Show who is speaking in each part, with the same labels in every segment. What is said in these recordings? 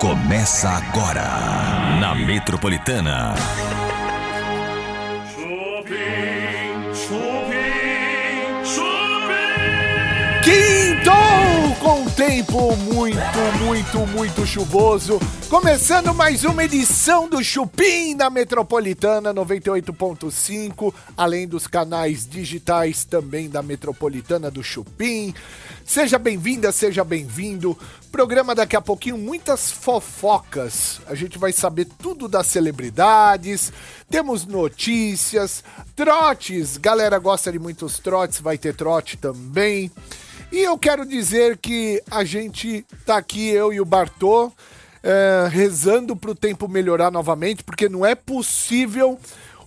Speaker 1: Começa agora na Metropolitana.
Speaker 2: Chupim, chupim, chupim.
Speaker 3: Quintou com um tempo muito, muito, muito chuvoso. Começando mais uma edição do Chupim na Metropolitana 98.5, além dos canais digitais também da Metropolitana do Chupim. Seja bem-vinda, seja bem-vindo. Programa daqui a pouquinho, muitas fofocas. A gente vai saber tudo das celebridades, temos notícias, trotes. Galera gosta de muitos trotes, vai ter trote também. E eu quero dizer que a gente tá aqui, eu e o Bartô, é, rezando pro tempo melhorar novamente, porque não é possível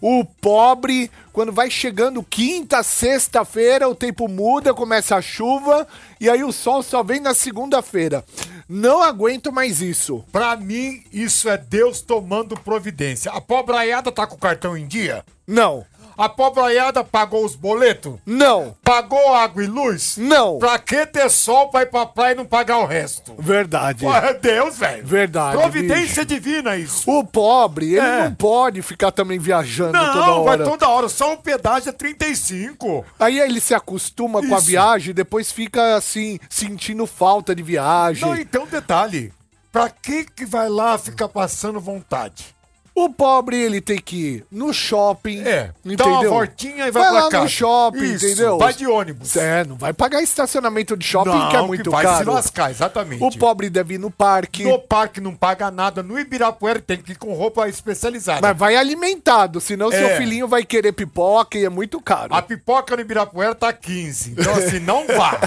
Speaker 3: o pobre, quando vai chegando quinta, sexta-feira, o tempo muda, começa a chuva, e aí o sol só vem na segunda-feira. Não aguento mais isso.
Speaker 4: Pra mim, isso é Deus tomando providência. A pobraiada tá com o cartão em dia?
Speaker 3: Não,
Speaker 4: A pobraiada pagou os boletos?
Speaker 3: não,
Speaker 4: Pagou água e luz?
Speaker 3: não.
Speaker 4: Pra que ter sol pra ir pra praia e não pagar o resto?
Speaker 3: Verdade.
Speaker 4: Pô, é Deus, velho.
Speaker 3: Verdade,
Speaker 4: Providência divina isso.
Speaker 3: O pobre, ele
Speaker 4: É.
Speaker 3: não pode ficar também viajando toda
Speaker 4: Não,
Speaker 3: hora.
Speaker 4: vai toda hora. Só o pedágio é 35.
Speaker 3: Aí ele se acostuma com a
Speaker 4: Isso.
Speaker 3: viagem, depois fica assim, sentindo falta de viagem.
Speaker 4: Não, então detalhe. Pra que que vai lá ficar passando vontade?
Speaker 3: O pobre, ele tem que ir no shopping.
Speaker 4: É, dá uma voltinha e vai pra
Speaker 3: lá
Speaker 4: casa.
Speaker 3: no shopping,
Speaker 4: Isso,
Speaker 3: entendeu?
Speaker 4: vai de ônibus.
Speaker 3: É, não vai pagar estacionamento de shopping, que é muito
Speaker 4: vai se
Speaker 3: caro.
Speaker 4: lascar, exatamente.
Speaker 3: O pobre deve ir no parque.
Speaker 4: No parque não paga nada, no Ibirapuera tem que ir com roupa especializada.
Speaker 3: Mas vai alimentado, senão seu
Speaker 4: É.
Speaker 3: filhinho vai querer pipoca e é muito caro.
Speaker 4: A pipoca no Ibirapuera tá 15. Então, assim, não vá.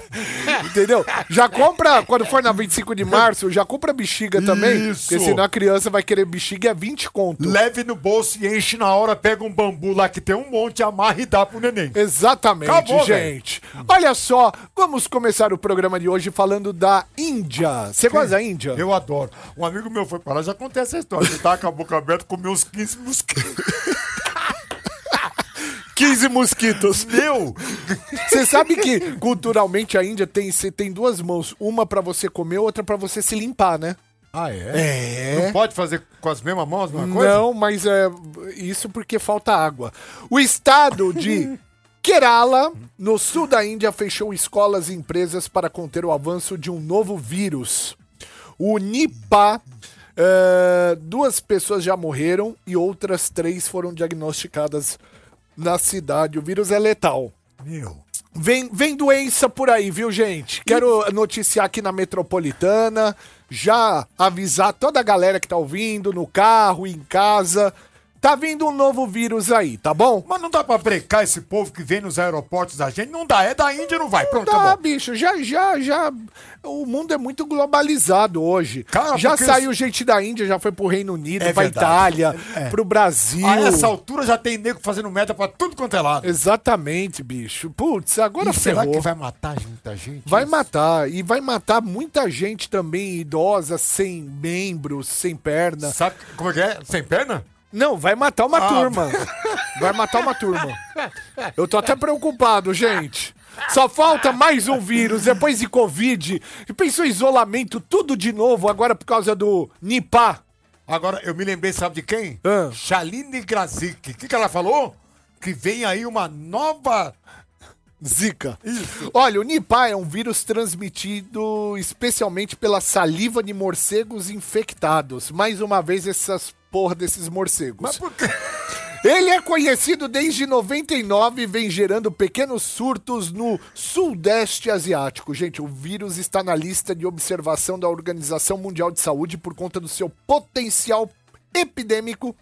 Speaker 3: Entendeu? Já compra, quando for na 25 de março, já compra bexiga também.
Speaker 4: Isso.
Speaker 3: Porque senão a criança vai querer bexiga e é 20 conto.
Speaker 4: Leve no bolso e enche na hora, pega um bambu lá que tem um monte, amarra e dá pro neném.
Speaker 3: Exatamente,
Speaker 4: Acabou,
Speaker 3: gente. Olha só, vamos começar o programa de hoje falando da Índia. Você gosta da Índia?
Speaker 4: Eu adoro. Um amigo meu foi para lá, já contei essa história. Ele tava com a boca aberta, comeu uns 15 mosquitos.
Speaker 3: 15 mosquitos.
Speaker 4: Meu!
Speaker 3: Você sabe que culturalmente a Índia tem, você tem duas mãos, uma pra você comer, outra pra você se limpar, né?
Speaker 4: Ah, é?
Speaker 3: É.
Speaker 4: Não pode fazer com as mesmas mãos, a mesma coisa?
Speaker 3: Não, mas é isso porque falta água. O estado de Kerala, no sul da Índia, fechou escolas e empresas para conter o avanço de um novo vírus. O Nipah. eh, duas pessoas já morreram e outras três foram diagnosticadas na cidade. O vírus é letal.
Speaker 4: Meu.
Speaker 3: Vem, vem doença por aí, viu, gente? Quero noticiar aqui na Metropolitana, já avisar toda a galera que tá ouvindo, no carro, em casa. Tá vindo um novo vírus aí, tá bom?
Speaker 4: Mas não dá pra brecar esse povo que vem nos aeroportos da gente? Não dá, é da Índia, não vai. Pronto,
Speaker 3: Tá,
Speaker 4: tá bom.
Speaker 3: bicho, já, já, já. O mundo é muito globalizado hoje.
Speaker 4: Cara,
Speaker 3: já
Speaker 4: porque
Speaker 3: saiu gente da Índia, já foi pro Reino Unido,
Speaker 4: É
Speaker 3: pra
Speaker 4: verdade.
Speaker 3: Itália, pro Brasil.
Speaker 4: A essa altura já tem nego fazendo merda pra tudo quanto é lado.
Speaker 3: Exatamente, bicho. Putz, agora
Speaker 4: E
Speaker 3: ferrou.
Speaker 4: será que vai matar muita gente?
Speaker 3: Vai
Speaker 4: Isso.
Speaker 3: matar, e vai matar muita gente também, idosa, sem membros, sem perna.
Speaker 4: Sabe como é que é? Sem perna?
Speaker 3: Não, vai matar uma
Speaker 4: Ah.
Speaker 3: turma. Vai matar uma turma. Eu tô até preocupado, gente. Só falta mais um vírus, depois de Covid. E pensou em isolamento, tudo de novo, agora por causa do Nipah.
Speaker 4: Agora, eu me lembrei, sabe de quem?
Speaker 3: Ah.
Speaker 4: Shaline Grazik. O que, que ela falou? Que vem aí uma nova.
Speaker 3: Zika. Olha, o Nipah é um vírus transmitido especialmente pela saliva de morcegos infectados. Mais uma vez, essas porra desses morcegos.
Speaker 4: Mas por quê?
Speaker 3: Ele é conhecido desde 99 e vem gerando pequenos surtos no Sudeste Asiático. Gente, o vírus está na lista de observação da Organização Mundial de Saúde por conta do seu potencial epidêmico.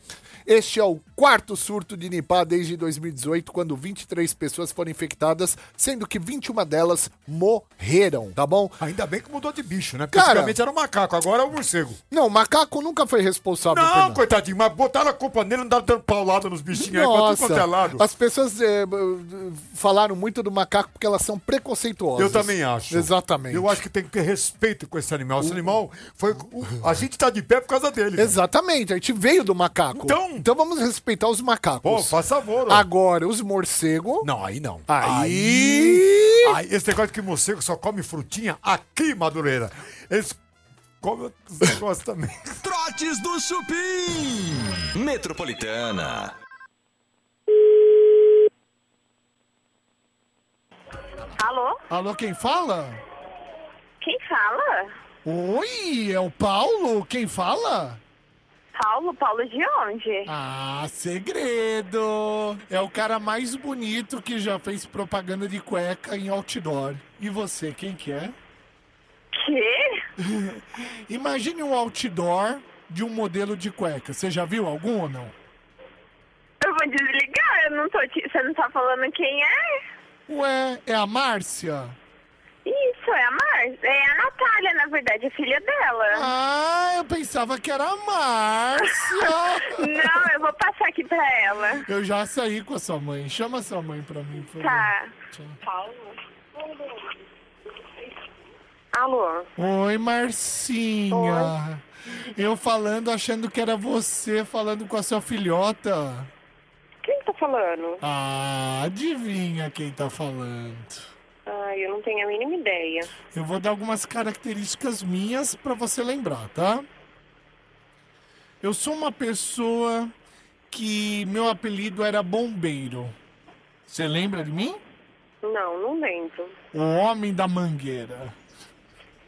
Speaker 3: Este é o quarto surto de Nipah desde 2018, quando 23 pessoas foram infectadas, sendo que 21 delas morreram, tá bom?
Speaker 4: Ainda bem que mudou de bicho, né? Porque
Speaker 3: Cara.
Speaker 4: antigamente era um macaco, agora é um morcego. Tá
Speaker 3: Não, o macaco nunca foi responsável por
Speaker 4: Não,
Speaker 3: nada.
Speaker 4: coitadinho, mas botaram a culpa nele, andaram dando paulada nos bichinhos aí pra tudo quanto é lado.
Speaker 3: As pessoas eh, b- b- falaram muito do macaco porque elas são preconceituosas.
Speaker 4: Eu também acho.
Speaker 3: Exatamente.
Speaker 4: Eu acho que tem que ter respeito com esse animal. Esse animal foi. o- A gente tá de pé por causa dele.
Speaker 3: Exatamente, a gente veio do macaco.
Speaker 4: Então-
Speaker 3: então vamos respeitar os macacos.
Speaker 4: Pô, faz favor. ó.
Speaker 3: Agora, os morcegos.
Speaker 4: Não, aí não.
Speaker 3: Aí-
Speaker 4: Aí- Aí, esse negócio que morcego só come frutinha aqui, Madureira. Eles come outros negócios também.
Speaker 1: Trotes do Chupim. Metropolitana.
Speaker 5: Alô?
Speaker 3: Alô, quem fala?
Speaker 5: Quem fala?
Speaker 3: Oi, é o Paulo? Quem fala?
Speaker 5: Paulo? Paulo de onde?
Speaker 3: Ah, segredo! É o cara mais bonito que já fez propaganda de cueca em outdoor. E você, quem que é?
Speaker 5: Que?
Speaker 3: Imagine um outdoor de um modelo de cueca. Você já viu algum ou não?
Speaker 5: Eu vou desligar, eu não tô te... Você não tá falando quem é?
Speaker 3: Ué, é a Márcia?
Speaker 5: Isso, é a Mar... É a Natália, na verdade, é filha dela.
Speaker 3: Ah, eu pensava que era a Márcia!
Speaker 5: Não, eu vou passar aqui pra ela.
Speaker 3: Eu já saí com a sua mãe. Chama sua mãe pra mim, por favor.
Speaker 5: Tá.
Speaker 3: Tchau.
Speaker 5: Paulo? Alô?
Speaker 3: Oi, Marcinha. Eu falando, achando que era você falando com a sua filhota.
Speaker 5: Quem tá falando?
Speaker 3: Ah, adivinha quem tá falando.
Speaker 5: Ai, eu não tenho a mínima ideia.
Speaker 3: Eu vou dar algumas características minhas pra você lembrar, tá? Eu sou uma pessoa que meu apelido era bombeiro. Você lembra de mim?
Speaker 5: Não, não lembro.
Speaker 3: O homem da mangueira.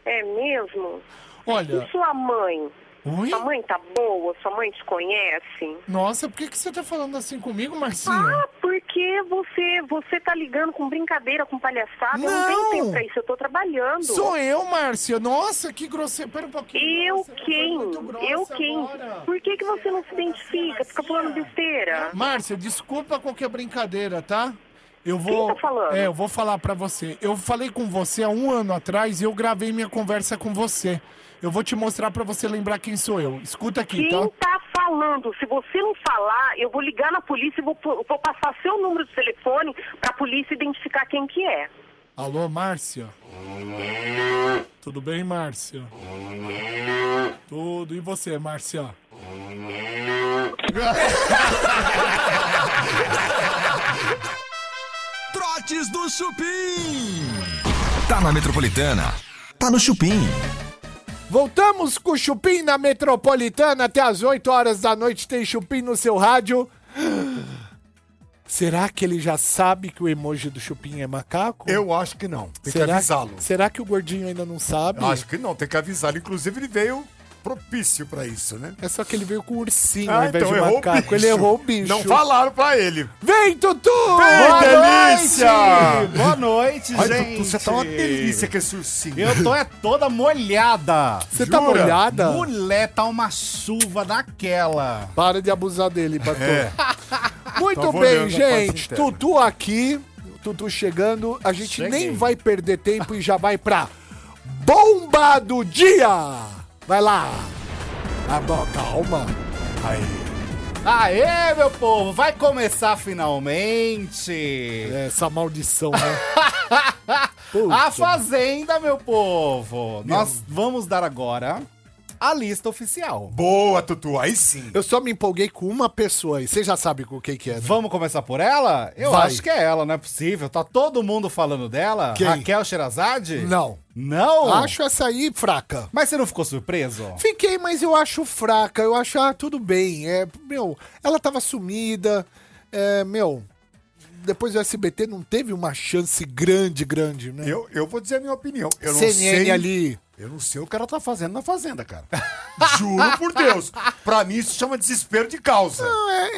Speaker 5: É mesmo?
Speaker 3: Olha,
Speaker 5: E sua mãe?
Speaker 3: oi?
Speaker 5: Sua mãe tá boa? Sua mãe te conhece?
Speaker 3: Nossa, por que, que você tá falando assim comigo, Marcinha?
Speaker 5: Ah, porque você, você tá ligando com brincadeira, com palhaçada. Eu não
Speaker 3: Não.
Speaker 5: tenho tempo pra isso, eu tô trabalhando.
Speaker 3: Sou eu, Márcia. Nossa, que grosseiro. Pera um pouquinho.
Speaker 5: Eu
Speaker 3: Nossa, foi
Speaker 5: quem?
Speaker 3: muito grossa
Speaker 5: Eu quem?
Speaker 3: agora.
Speaker 5: Por que, que você não se identifica? Fica falando besteira?
Speaker 6: Tá.
Speaker 3: Márcia, desculpa qualquer brincadeira, tá? Eu vou.
Speaker 5: Quem tá falando?
Speaker 3: É, eu vou falar pra você. Eu falei com você há um ano atrás e eu gravei minha conversa com você. Eu vou te mostrar pra você lembrar quem sou eu. Escuta aqui,
Speaker 5: Quem
Speaker 3: tá?
Speaker 5: tá falando? Se você não falar, eu vou ligar na polícia e vou, vou passar seu número de telefone pra polícia identificar quem que é.
Speaker 3: Alô, Márcia? Tudo bem, Márcia? Tudo. E você, Márcia?
Speaker 1: Trotes do Chupim. Tá na Metropolitana. Tá no Chupim.
Speaker 3: Voltamos com o Chupim na Metropolitana até as 8 horas da noite. Tem Chupim no seu rádio. Será que ele já sabe que o emoji do Chupim é macaco?
Speaker 4: Eu acho que não. Tem que
Speaker 3: Será,
Speaker 4: avisá-lo.
Speaker 3: será que o gordinho ainda não sabe?
Speaker 4: Acho que não, tem que avisá-lo. Inclusive, ele veio propício pra isso, né? então,
Speaker 3: É só que ele veio com o ursinho
Speaker 4: Ah,
Speaker 3: ao invés de macaco.
Speaker 4: bicho.
Speaker 3: Ele errou o bicho.
Speaker 4: Não falaram pra ele.
Speaker 3: Vem, Tutu!
Speaker 4: Vem, delícia!
Speaker 7: Boa noite,
Speaker 4: Ai,
Speaker 7: gente.
Speaker 4: Dudu, você tá uma delícia com esse ursinho.
Speaker 7: Eu tô é toda molhada.
Speaker 3: Você tá
Speaker 4: Jura?
Speaker 3: molhada?
Speaker 7: Mulher, tá uma chuva daquela.
Speaker 3: Para de abusar dele, Batu. Muito
Speaker 4: Tava
Speaker 3: bem,
Speaker 4: É. olhando a parte
Speaker 3: gente.
Speaker 4: interna.
Speaker 3: Tutu aqui. Tutu chegando. A gente nem vai perder tempo e já vai pra Bomba do Dia. Vai lá. Ah, bom, calma.
Speaker 7: Aê, meu povo, vai começar finalmente.
Speaker 3: É Essa maldição, né? Ah, Puta.
Speaker 7: A Fazenda, meu povo. Nós vamos dar agora a lista oficial.
Speaker 4: Boa, Tutu, aí sim.
Speaker 3: Eu só me empolguei com uma pessoa aí. Você já sabe com quem que é, né?
Speaker 7: Vamos começar por ela? Eu
Speaker 3: Vai.
Speaker 7: acho que é ela, não é possível. Tá todo mundo falando dela?
Speaker 3: Quem?
Speaker 7: Raquel Sherazade?
Speaker 3: Não.
Speaker 7: Não?
Speaker 3: Acho essa aí fraca.
Speaker 7: Mas você não ficou surpreso?
Speaker 3: Fiquei, mas eu acho fraca. Eu acho, ah, tudo bem. É, meu, ela tava sumida. É, meu, depois do SBT não teve uma chance grande, grande, né?
Speaker 4: Eu, eu vou dizer a minha opinião. Eu não
Speaker 3: CNN
Speaker 4: sei.
Speaker 3: ali.
Speaker 4: Eu não sei o que ela tá fazendo na fazenda, cara. Juro por Deus. Pra mim, isso chama desespero de causa.
Speaker 3: Não, é.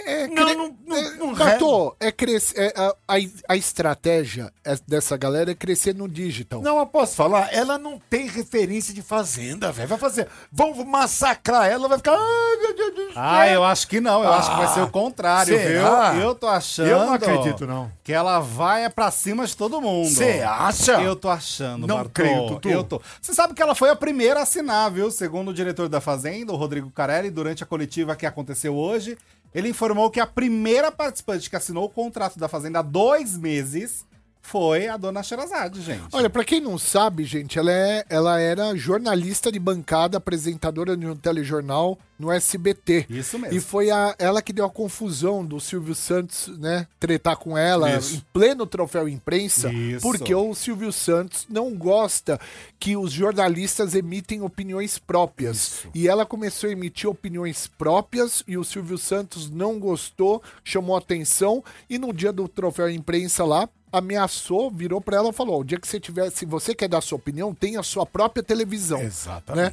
Speaker 3: é, é
Speaker 4: Não,
Speaker 3: cre-
Speaker 4: não- não-
Speaker 3: é-
Speaker 4: não-
Speaker 3: Bartô, é crescer. é, a, a- a estratégia é- dessa galera é crescer no
Speaker 7: Então.
Speaker 3: digital.
Speaker 4: Não, eu posso falar, ela não tem referência de fazenda, velho. Vai fazer. Vão massacrar ela, vai ficar. "Ai, meu Deus do céu." Ah,
Speaker 7: Ah, eu acho que não. Eu acho que vai ser o contrário,
Speaker 4: será?
Speaker 7: viu? Eu tô achando.
Speaker 4: Eu não acredito, não.
Speaker 7: Que ela vai é pra cima de todo mundo.
Speaker 4: Você acha?
Speaker 7: Eu tô achando,
Speaker 4: Não
Speaker 7: Bartô.
Speaker 4: creio, Tutu.
Speaker 7: Eu tô. Você sabe que ela foi a primeira a assinar, viu? Segundo o diretor da Fazenda, o Rodrigo Carelli, durante a coletiva que aconteceu hoje, ele informou que a primeira participante que assinou o contrato da Fazenda há dois meses foi a dona Sherazade, gente.
Speaker 3: Olha, pra quem não sabe, gente, ela, é, ela era jornalista de bancada, apresentadora de um telejornal no SBT.
Speaker 7: Isso mesmo.
Speaker 3: E foi a, ela que deu a confusão do Silvio Santos, né, tretar com ela em pleno troféu imprensa,
Speaker 7: Isso.
Speaker 3: porque o Silvio Santos não gosta que os jornalistas emitem opiniões próprias. E ela começou a emitir opiniões próprias e o Silvio Santos não gostou, chamou atenção e no dia do troféu imprensa lá, ameaçou, virou pra ela e falou: "Ó, "O dia que você tiver, se você quer dar sua opinião, tenha sua própria televisão".
Speaker 4: Exatamente.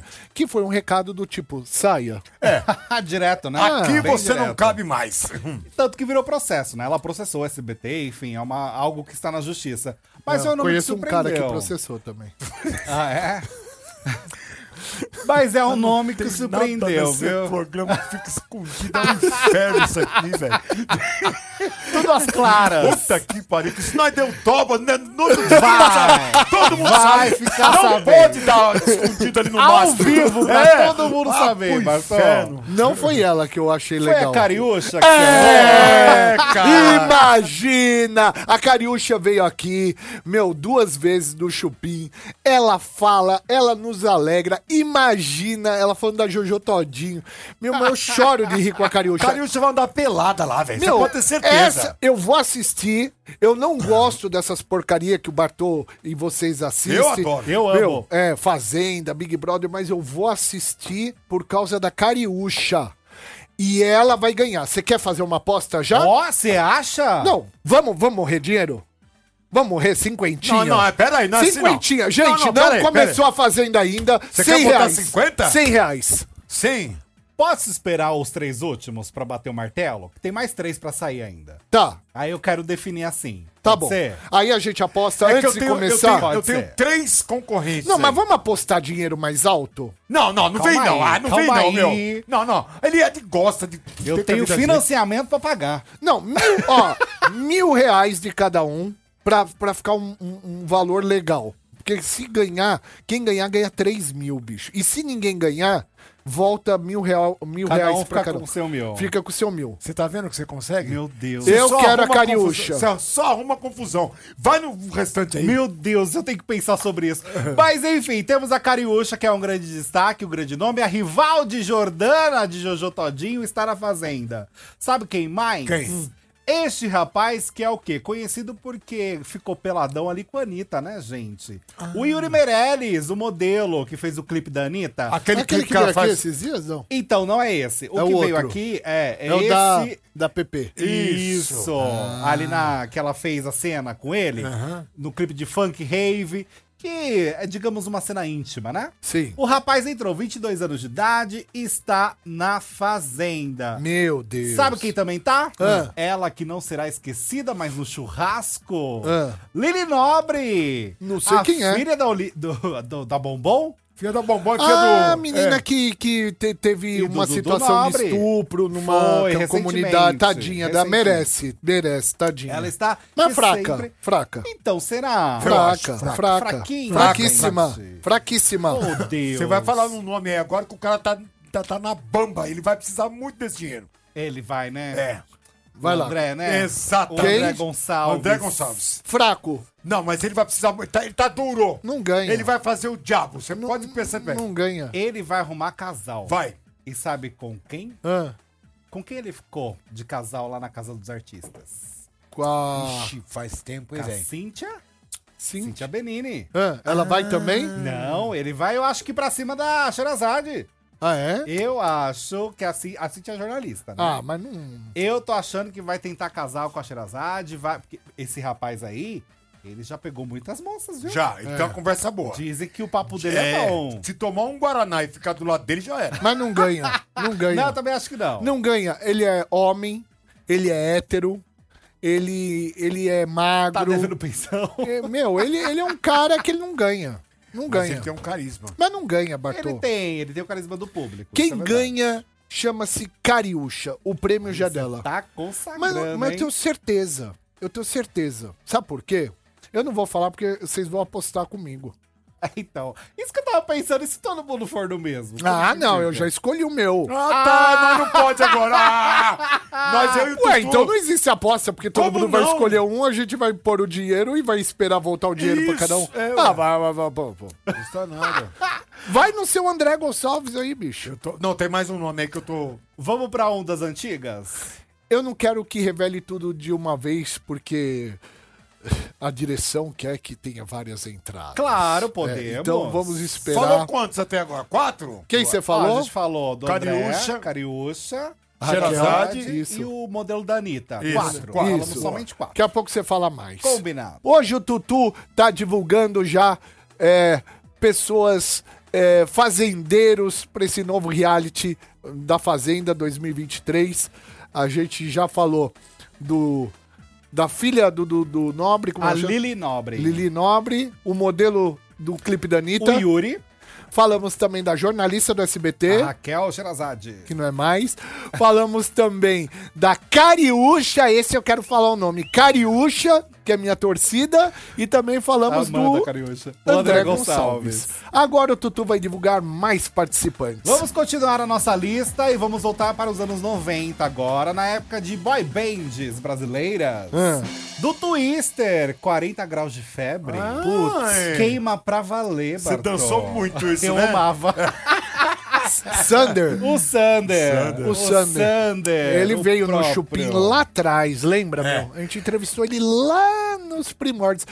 Speaker 3: né? Que foi um recado do tipo: "Saia".
Speaker 7: direto, né?
Speaker 4: Aqui
Speaker 7: Bem
Speaker 4: você não
Speaker 7: direto.
Speaker 4: cabe mais.
Speaker 7: Tanto que virou processo, né? Ela processou o SBT, enfim, é uma, algo que está na justiça.
Speaker 4: É,
Speaker 7: Mas eu não me
Speaker 3: Conheço um cara que
Speaker 7: surpreendeu.
Speaker 3: processou também.
Speaker 7: Ah, é? Mas é um nome que
Speaker 4: Nada
Speaker 7: surpreendeu,
Speaker 4: nesse
Speaker 7: viu?
Speaker 4: programa fica escondido. É um inferno isso aqui, velho.
Speaker 7: Tudo às claras.
Speaker 4: Puta que pariu. que Se nós deu toba, né? Não vai. Todo mundo sabe.
Speaker 7: Vai ficar
Speaker 4: não
Speaker 7: sabendo.
Speaker 4: pode dar escondido ali no
Speaker 7: Ao
Speaker 4: mastro.
Speaker 7: vivo, pra
Speaker 4: É.
Speaker 7: todo mundo
Speaker 4: Ah,
Speaker 7: saber,
Speaker 4: pro
Speaker 7: Bartô.
Speaker 4: inferno.
Speaker 3: Não foi ela que eu achei
Speaker 7: Foi a
Speaker 3: legal.
Speaker 7: é Cariúcha que é.
Speaker 3: Imagina! A Cariúcha veio aqui, meu, duas vezes do Chupim. Ela fala, ela nos alegra. Imagina ela falando da Jojo Todinho. Meu, mas eu choro de rir com a Cariúcha.
Speaker 4: Cariúcha vai andar pelada lá, velho. Você
Speaker 3: Meu,
Speaker 4: pode ter certeza.
Speaker 3: essa eu vou assistir. Eu não gosto dessas porcaria que o Bartô e vocês assistem.
Speaker 4: Eu adoro,
Speaker 7: eu amo.
Speaker 3: Meu, é, Fazenda, Big Brother, mas eu vou assistir por causa da Cariúcha. E ela vai ganhar. Você quer fazer uma aposta já?
Speaker 7: Ó, você acha?
Speaker 4: Ah.
Speaker 3: Não, vamos, vamos morrer dinheiro? Vamos morrer cinquentinha?
Speaker 4: Não, não, é, peraí, não é assim, não.
Speaker 3: Cinquentinha. Gente,
Speaker 4: Não,
Speaker 3: não,
Speaker 4: não, peraí,
Speaker 3: começou a Fazenda ainda.
Speaker 4: Você
Speaker 3: 100
Speaker 4: quer botar
Speaker 3: reais.
Speaker 4: 50?
Speaker 3: 100 reais.
Speaker 4: Sim.
Speaker 7: Posso esperar os três últimos pra bater o martelo? Que tem mais três pra sair ainda.
Speaker 3: Tá,
Speaker 7: Aí eu quero definir assim.
Speaker 3: tá
Speaker 7: Pode
Speaker 3: bom.
Speaker 7: ser?
Speaker 3: Aí a gente
Speaker 7: Então
Speaker 3: aposta
Speaker 4: É que
Speaker 3: antes
Speaker 4: eu
Speaker 3: de
Speaker 4: tenho,
Speaker 3: começar.
Speaker 4: eu tenho, eu
Speaker 7: Pode
Speaker 4: tenho
Speaker 7: ser.
Speaker 4: três concorrentes.
Speaker 3: Não, mas
Speaker 4: aí.
Speaker 3: vamos apostar dinheiro mais alto?
Speaker 4: Não, não, não
Speaker 7: Calma
Speaker 4: vem não.
Speaker 7: aí,
Speaker 4: Ah, não
Speaker 7: calma
Speaker 4: vem não,
Speaker 7: aí.
Speaker 4: meu. Não, não. Ele é de gosta de.
Speaker 7: Eu
Speaker 4: ter
Speaker 7: tenho
Speaker 4: vida
Speaker 7: financiamento pra pagar.
Speaker 3: Não, mil, ó, mil reais de cada um pra, pra ficar um, um- um valor legal. Porque se ganhar, quem ganhar ganha 3 mil, bicho. E se ninguém ganhar, volta mil, real, mil
Speaker 7: Cada
Speaker 3: reais
Speaker 7: um
Speaker 3: pra
Speaker 7: fica
Speaker 3: cada
Speaker 7: com o seu mil.
Speaker 3: Fica com o seu mil.
Speaker 4: Você tá vendo que você consegue?
Speaker 7: Meu Deus.
Speaker 4: Você
Speaker 3: Eu
Speaker 4: só
Speaker 3: quero a
Speaker 4: arruma
Speaker 3: Cariúcha.
Speaker 4: confusão. Você só arruma confusão. Vai no restante aí.
Speaker 7: Meu Deus, eu tenho que pensar sobre isso. Mas enfim, temos a Cariúcha, que é um grande destaque, um grande nome. A rival de Jordana, de Jojo Todinho, está na Fazenda. Sabe quem mais?
Speaker 4: Quem?
Speaker 7: Este rapaz que é o quê? Conhecido porque ficou peladão ali com a Anitta, né, gente? O Yuri Meirelles, o modelo que fez o clipe da Anitta.
Speaker 4: Aquele,
Speaker 3: Aquele
Speaker 4: que,
Speaker 3: que veio
Speaker 4: o cara
Speaker 3: aqui
Speaker 4: faz.
Speaker 3: esses dias, não?
Speaker 7: Então, não é esse. O
Speaker 3: É o
Speaker 7: que veio
Speaker 3: outro.
Speaker 7: aqui é, é
Speaker 3: É o da,
Speaker 7: esse...
Speaker 3: da PP.
Speaker 7: Isso!
Speaker 4: Isso.
Speaker 7: Ali na que ela fez a cena com ele, no um clipe de funk rave, que é, digamos, uma cena íntima, né?
Speaker 3: Sim.
Speaker 7: O rapaz entrou, 22 anos de idade, e está na fazenda.
Speaker 3: Meu Deus.
Speaker 7: Sabe quem também tá?
Speaker 3: Ah.
Speaker 7: Ela que não será esquecida, mas no churrasco.
Speaker 3: Ah.
Speaker 7: Lili Nobre!
Speaker 3: Não sei
Speaker 7: a
Speaker 3: quem é.
Speaker 7: Filha da, Oli- do- do- da Bombom?
Speaker 4: Filha da bombom, filha
Speaker 3: Ah,
Speaker 4: do.
Speaker 3: menina
Speaker 4: É.
Speaker 3: que, que te- teve
Speaker 7: E do
Speaker 3: uma
Speaker 7: Dudu
Speaker 3: situação de
Speaker 7: Nobre.
Speaker 3: estupro numa
Speaker 7: Foi,
Speaker 3: ca-
Speaker 7: recentemente,
Speaker 3: comunidade. Tadinha, da,
Speaker 7: recentemente.
Speaker 3: merece, merece, tadinha.
Speaker 7: Ela está.
Speaker 3: Mas
Speaker 7: de
Speaker 3: fraca,
Speaker 7: sempre-
Speaker 3: fraca.
Speaker 7: Então será?
Speaker 4: Eu acho
Speaker 3: Fraca,
Speaker 4: fraca.
Speaker 3: fraca.
Speaker 7: Fraquinha.
Speaker 3: Fraquíssima.
Speaker 7: Fraca,
Speaker 3: Fraquíssima.
Speaker 7: Oh, Deus.
Speaker 4: Você vai falar um nome aí agora que o cara tá, tá, tá na bamba. Ele vai precisar muito desse dinheiro.
Speaker 7: Ele vai, né?
Speaker 4: É.
Speaker 3: Vai
Speaker 7: o
Speaker 3: lá.
Speaker 7: André, né?
Speaker 4: Exatamente.
Speaker 7: O André
Speaker 3: Quem?
Speaker 7: Gonçalves.
Speaker 4: André Gonçalves.
Speaker 3: Fraco.
Speaker 4: Não, mas ele vai precisar muito. Tá- Ele tá duro.
Speaker 3: Não ganha.
Speaker 4: Ele vai fazer o diabo. Você pode perceber.
Speaker 3: Não ganha.
Speaker 7: Ele vai arrumar casal.
Speaker 4: Vai.
Speaker 7: E sabe com quem?
Speaker 3: Ah,
Speaker 7: Com quem ele ficou de casal lá na Casa dos Artistas?
Speaker 3: qual?
Speaker 4: Ixi, faz tempo,
Speaker 7: Com
Speaker 4: hein,
Speaker 3: é.
Speaker 7: a
Speaker 4: velho?
Speaker 7: Cíntia?
Speaker 3: Sim.
Speaker 7: Cíntia Benini.
Speaker 3: Ah, ela vai também?
Speaker 7: Não, ele vai, eu acho que pra cima da Sherazade.
Speaker 3: Ah, é?
Speaker 7: Eu acho que a, Cí- a Cintia é jornalista, né?
Speaker 3: Ah, mas não.
Speaker 7: Eu tô achando que vai tentar casar com a Sherazade, vai... porque esse rapaz aí, ele já pegou muitas moças, viu?
Speaker 4: Já, então é conversa boa.
Speaker 7: Dizem que o papo dele é, bom.
Speaker 4: Se tomar um Guaraná e ficar do lado dele, já era.
Speaker 3: Mas não ganha. Não ganha.
Speaker 7: Não, tá eu também acho que não.
Speaker 3: Não ganha. Ele é homem, ele é hétero, ele, ele é
Speaker 7: Tá
Speaker 3: magro.
Speaker 7: devendo pensão.
Speaker 3: É, meu, ele, ele é um cara que ele não ganha. Não
Speaker 4: Mas
Speaker 3: ganha.
Speaker 4: ele tem um carisma.
Speaker 3: Mas não ganha, Bartô.
Speaker 7: Ele tem, ele tem o carisma do
Speaker 4: um-
Speaker 7: público. isso
Speaker 3: Quem
Speaker 7: é verdade.
Speaker 3: ganha chama-se Cariúcha, o prêmio já dela.
Speaker 7: Tá
Speaker 3: Mas,
Speaker 7: consagrando,
Speaker 3: mas eu
Speaker 7: hein?
Speaker 3: tenho certeza. Eu tenho certeza. Sabe por quê? Eu não vou falar porque vocês vão apostar comigo.
Speaker 7: Então, isso que eu tava pensando, e se todo mundo for do mesmo?
Speaker 3: Ah, não, eu já escolhi o meu.
Speaker 4: assim, Ah, tá, não, não pode agora. Ah, mas eu e o
Speaker 3: Ué,
Speaker 4: Tutu-
Speaker 3: então não existe aposta, porque todo
Speaker 4: Como
Speaker 3: mundo vai
Speaker 4: não?
Speaker 3: escolher um, a gente vai pôr o dinheiro e vai esperar voltar o dinheiro pra
Speaker 4: Isso,
Speaker 3: cada um.
Speaker 4: é,
Speaker 3: ah,
Speaker 4: ué.
Speaker 3: vai, vai, vai, pô, pô.
Speaker 4: Não custa nada.
Speaker 3: vai no seu André Gonçalves aí, bicho.
Speaker 4: Eu tô- Não, tem mais um nome aí que eu tô...
Speaker 7: Vamos pra ondas antigas?
Speaker 3: Eu não quero que revele tudo de uma vez, porque a direção quer que tenha várias entradas.
Speaker 7: Claro,
Speaker 3: É,
Speaker 7: podemos.
Speaker 3: então vamos
Speaker 4: Falou
Speaker 3: esperar.
Speaker 4: quantos até agora? Quatro?
Speaker 3: Quem você
Speaker 7: Ó, a
Speaker 3: falou?
Speaker 7: gente falou do
Speaker 4: Cariúcha.
Speaker 7: Cariúcha, André, Cariúcha,
Speaker 4: Raquel,
Speaker 7: Xerazade
Speaker 3: isso.
Speaker 7: e o modelo da Anitta.
Speaker 4: Isso,
Speaker 7: Quatro.
Speaker 4: quatro.
Speaker 7: Falamos
Speaker 3: Isso.
Speaker 7: somente quatro.
Speaker 3: Daqui a pouco você fala mais.
Speaker 7: Combinado.
Speaker 3: Hoje o Tutu tá divulgando já é, pessoas, é, fazendeiros pra esse novo reality da Fazenda 2023. A gente já falou do da filha do, do, do Nobre, como
Speaker 7: A
Speaker 3: ela chama?
Speaker 7: Lili Nobre.
Speaker 3: Lili Nobre, o modelo do clipe da
Speaker 7: O
Speaker 3: Anitta.
Speaker 7: Yuri.
Speaker 3: Falamos também da jornalista do SBT.
Speaker 7: A Raquel Xerazade.
Speaker 3: Que não é mais. Falamos também da Cariúcha, esse eu quero falar o nome. Cariúcha, que é minha torcida. E também falamos
Speaker 7: Amanda
Speaker 3: do
Speaker 7: Cariúcha. O
Speaker 3: André, Gonçalves. Agora o Tutu vai divulgar mais participantes.
Speaker 7: Vamos continuar a nossa lista e vamos voltar para os anos 90 agora, na época de boy bands brasileiras.
Speaker 3: Ah.
Speaker 7: Do Twister, 40 graus de febre. Putz, queima pra valer,
Speaker 4: Você
Speaker 7: Bartô.
Speaker 4: dançou muito isso,
Speaker 3: um
Speaker 7: Eu
Speaker 4: né?
Speaker 7: amava.
Speaker 3: Sander.
Speaker 7: O Sander.
Speaker 3: O Sander. Ele
Speaker 7: o
Speaker 3: veio no
Speaker 7: próprio. É.
Speaker 3: Chupim lá atrás, lembra, meu? A gente entrevistou ele lá nos primórdios.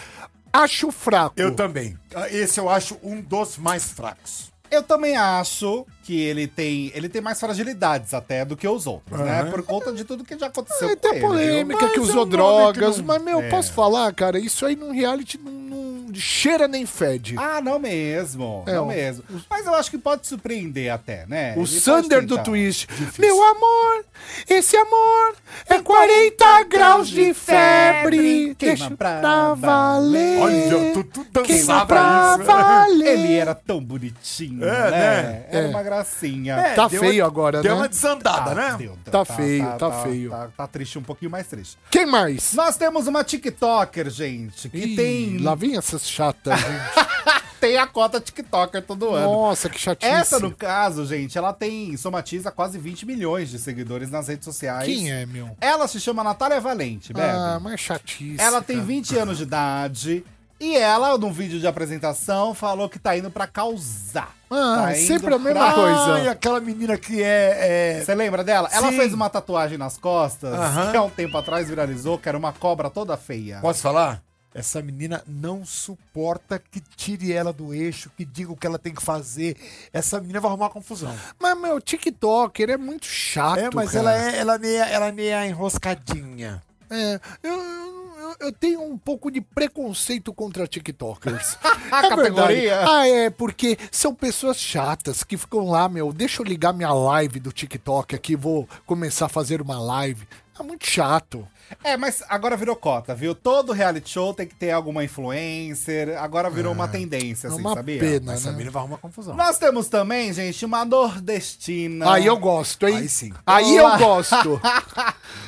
Speaker 3: Acho fraco.
Speaker 4: Eu também. Ah, Esse eu acho um dos mais fracos.
Speaker 7: Eu também acho que ele tem, ele tem mais fragilidades até do que os outros, né? Por conta de tudo que já aconteceu
Speaker 3: É,
Speaker 7: com
Speaker 3: tem
Speaker 7: ele.
Speaker 3: polêmica
Speaker 4: mas
Speaker 3: que
Speaker 4: é um
Speaker 3: usou
Speaker 4: nome que
Speaker 3: drogas,
Speaker 4: não-
Speaker 3: mas, meu,
Speaker 7: É.
Speaker 3: posso falar, cara? Isso aí num reality não, não cheira nem fede.
Speaker 7: Ah, não mesmo.
Speaker 3: É,
Speaker 7: não
Speaker 3: o-
Speaker 7: mesmo. Mas eu acho que pode surpreender até, né?
Speaker 3: O
Speaker 7: Ele
Speaker 3: Sander
Speaker 7: pode
Speaker 3: do
Speaker 7: tentar.
Speaker 3: Twist. Meu amor, esse amor é 40 graus de febre.
Speaker 7: Queima
Speaker 3: Deixa
Speaker 7: pra
Speaker 3: pra valer.
Speaker 4: Olha, tu- tu dançava
Speaker 3: Queima pra
Speaker 4: isso.
Speaker 3: valer.
Speaker 7: Ele era tão bonitinho,
Speaker 4: É,
Speaker 7: né?
Speaker 4: né?
Speaker 3: É.
Speaker 7: Era é, uma gracinha.
Speaker 3: Tá
Speaker 4: deu
Speaker 3: feio
Speaker 4: uma-
Speaker 3: agora,
Speaker 4: Deu
Speaker 3: né?
Speaker 4: uma desandada, né?
Speaker 7: Deus,
Speaker 3: Tá feio, tá feio.
Speaker 7: Tá, tá triste, um pouquinho mais triste.
Speaker 3: Quem mais?
Speaker 7: Nós temos uma TikToker, gente, que
Speaker 3: Ih,
Speaker 7: tem,
Speaker 3: Lá vem essas chatas, gente.
Speaker 7: tem a cota TikToker todo ano.
Speaker 3: Nossa, que chatice.
Speaker 7: Essa, no caso, gente, ela tem, somatiza quase 20 milhões de seguidores nas redes sociais.
Speaker 3: Quem é, meu?
Speaker 7: Ela se chama Natália Valente, Bebe.
Speaker 3: Ah, mas chatice.
Speaker 7: ela tem
Speaker 3: cara.
Speaker 7: 20 anos de idade. E ela, num vídeo de apresentação, falou que tá indo pra causar.
Speaker 3: Ah,
Speaker 7: Tá indo
Speaker 3: sempre a mesma
Speaker 7: pra-
Speaker 3: coisa.
Speaker 4: Ai, aquela menina que é... é...
Speaker 7: Você lembra dela? Ela
Speaker 4: Sim.
Speaker 7: fez uma tatuagem nas costas,
Speaker 4: Aham.
Speaker 7: que há um tempo atrás viralizou, que era uma cobra toda feia.
Speaker 4: Posso falar? Essa menina não suporta que tire ela do eixo, que diga o que ela tem que fazer. Essa menina vai arrumar confusão.
Speaker 3: Mas, meu, TikToker é muito chato.
Speaker 4: é, mas
Speaker 3: cara.
Speaker 4: ela é, ela, é meia, ela é meia enroscadinha.
Speaker 3: É, eu, eu, eu tenho um pouco de preconceito contra TikTokers. É
Speaker 7: A categoria?
Speaker 3: verdade. Ah, é, porque são pessoas chatas que ficam lá, meu. Deixa eu ligar minha live do TikTok aqui, vou começar a fazer uma live. É muito chato.
Speaker 7: É, mas agora virou cota, viu? Todo reality show tem que ter alguma influencer. Agora virou uma tendência,
Speaker 3: É
Speaker 7: assim,
Speaker 3: uma
Speaker 7: sabia?
Speaker 3: pena,
Speaker 4: Essa
Speaker 3: né?
Speaker 4: menina vai arrumar confusão.
Speaker 7: Nós temos também, gente, uma nordestina.
Speaker 3: Aí eu gosto, hein?
Speaker 4: Aí sim.
Speaker 3: Aí
Speaker 7: Olá.
Speaker 3: eu gosto.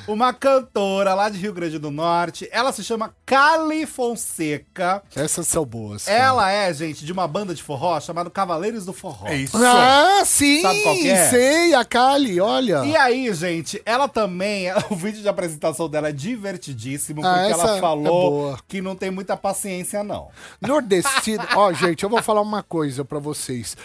Speaker 7: Uma cantora lá de Rio Grande do Norte. Ela se chama Cali Fonseca.
Speaker 3: Essas são boas. cara.
Speaker 7: Ela é, gente, de uma banda de forró chamada Cavaleiros do Forró.
Speaker 4: É isso.
Speaker 3: Ah, sim!
Speaker 7: Sabe qual que é?
Speaker 3: Sei, a Kali, olha.
Speaker 7: E aí, gente, ela também, o vídeo de apresentação dela é divertidíssimo,
Speaker 3: Ah,
Speaker 7: porque
Speaker 3: essa
Speaker 7: ela
Speaker 3: é
Speaker 7: falou
Speaker 3: boa.
Speaker 7: que não tem muita paciência, não.
Speaker 3: Nordestino. Ó, gente, eu vou falar uma coisa pra vocês.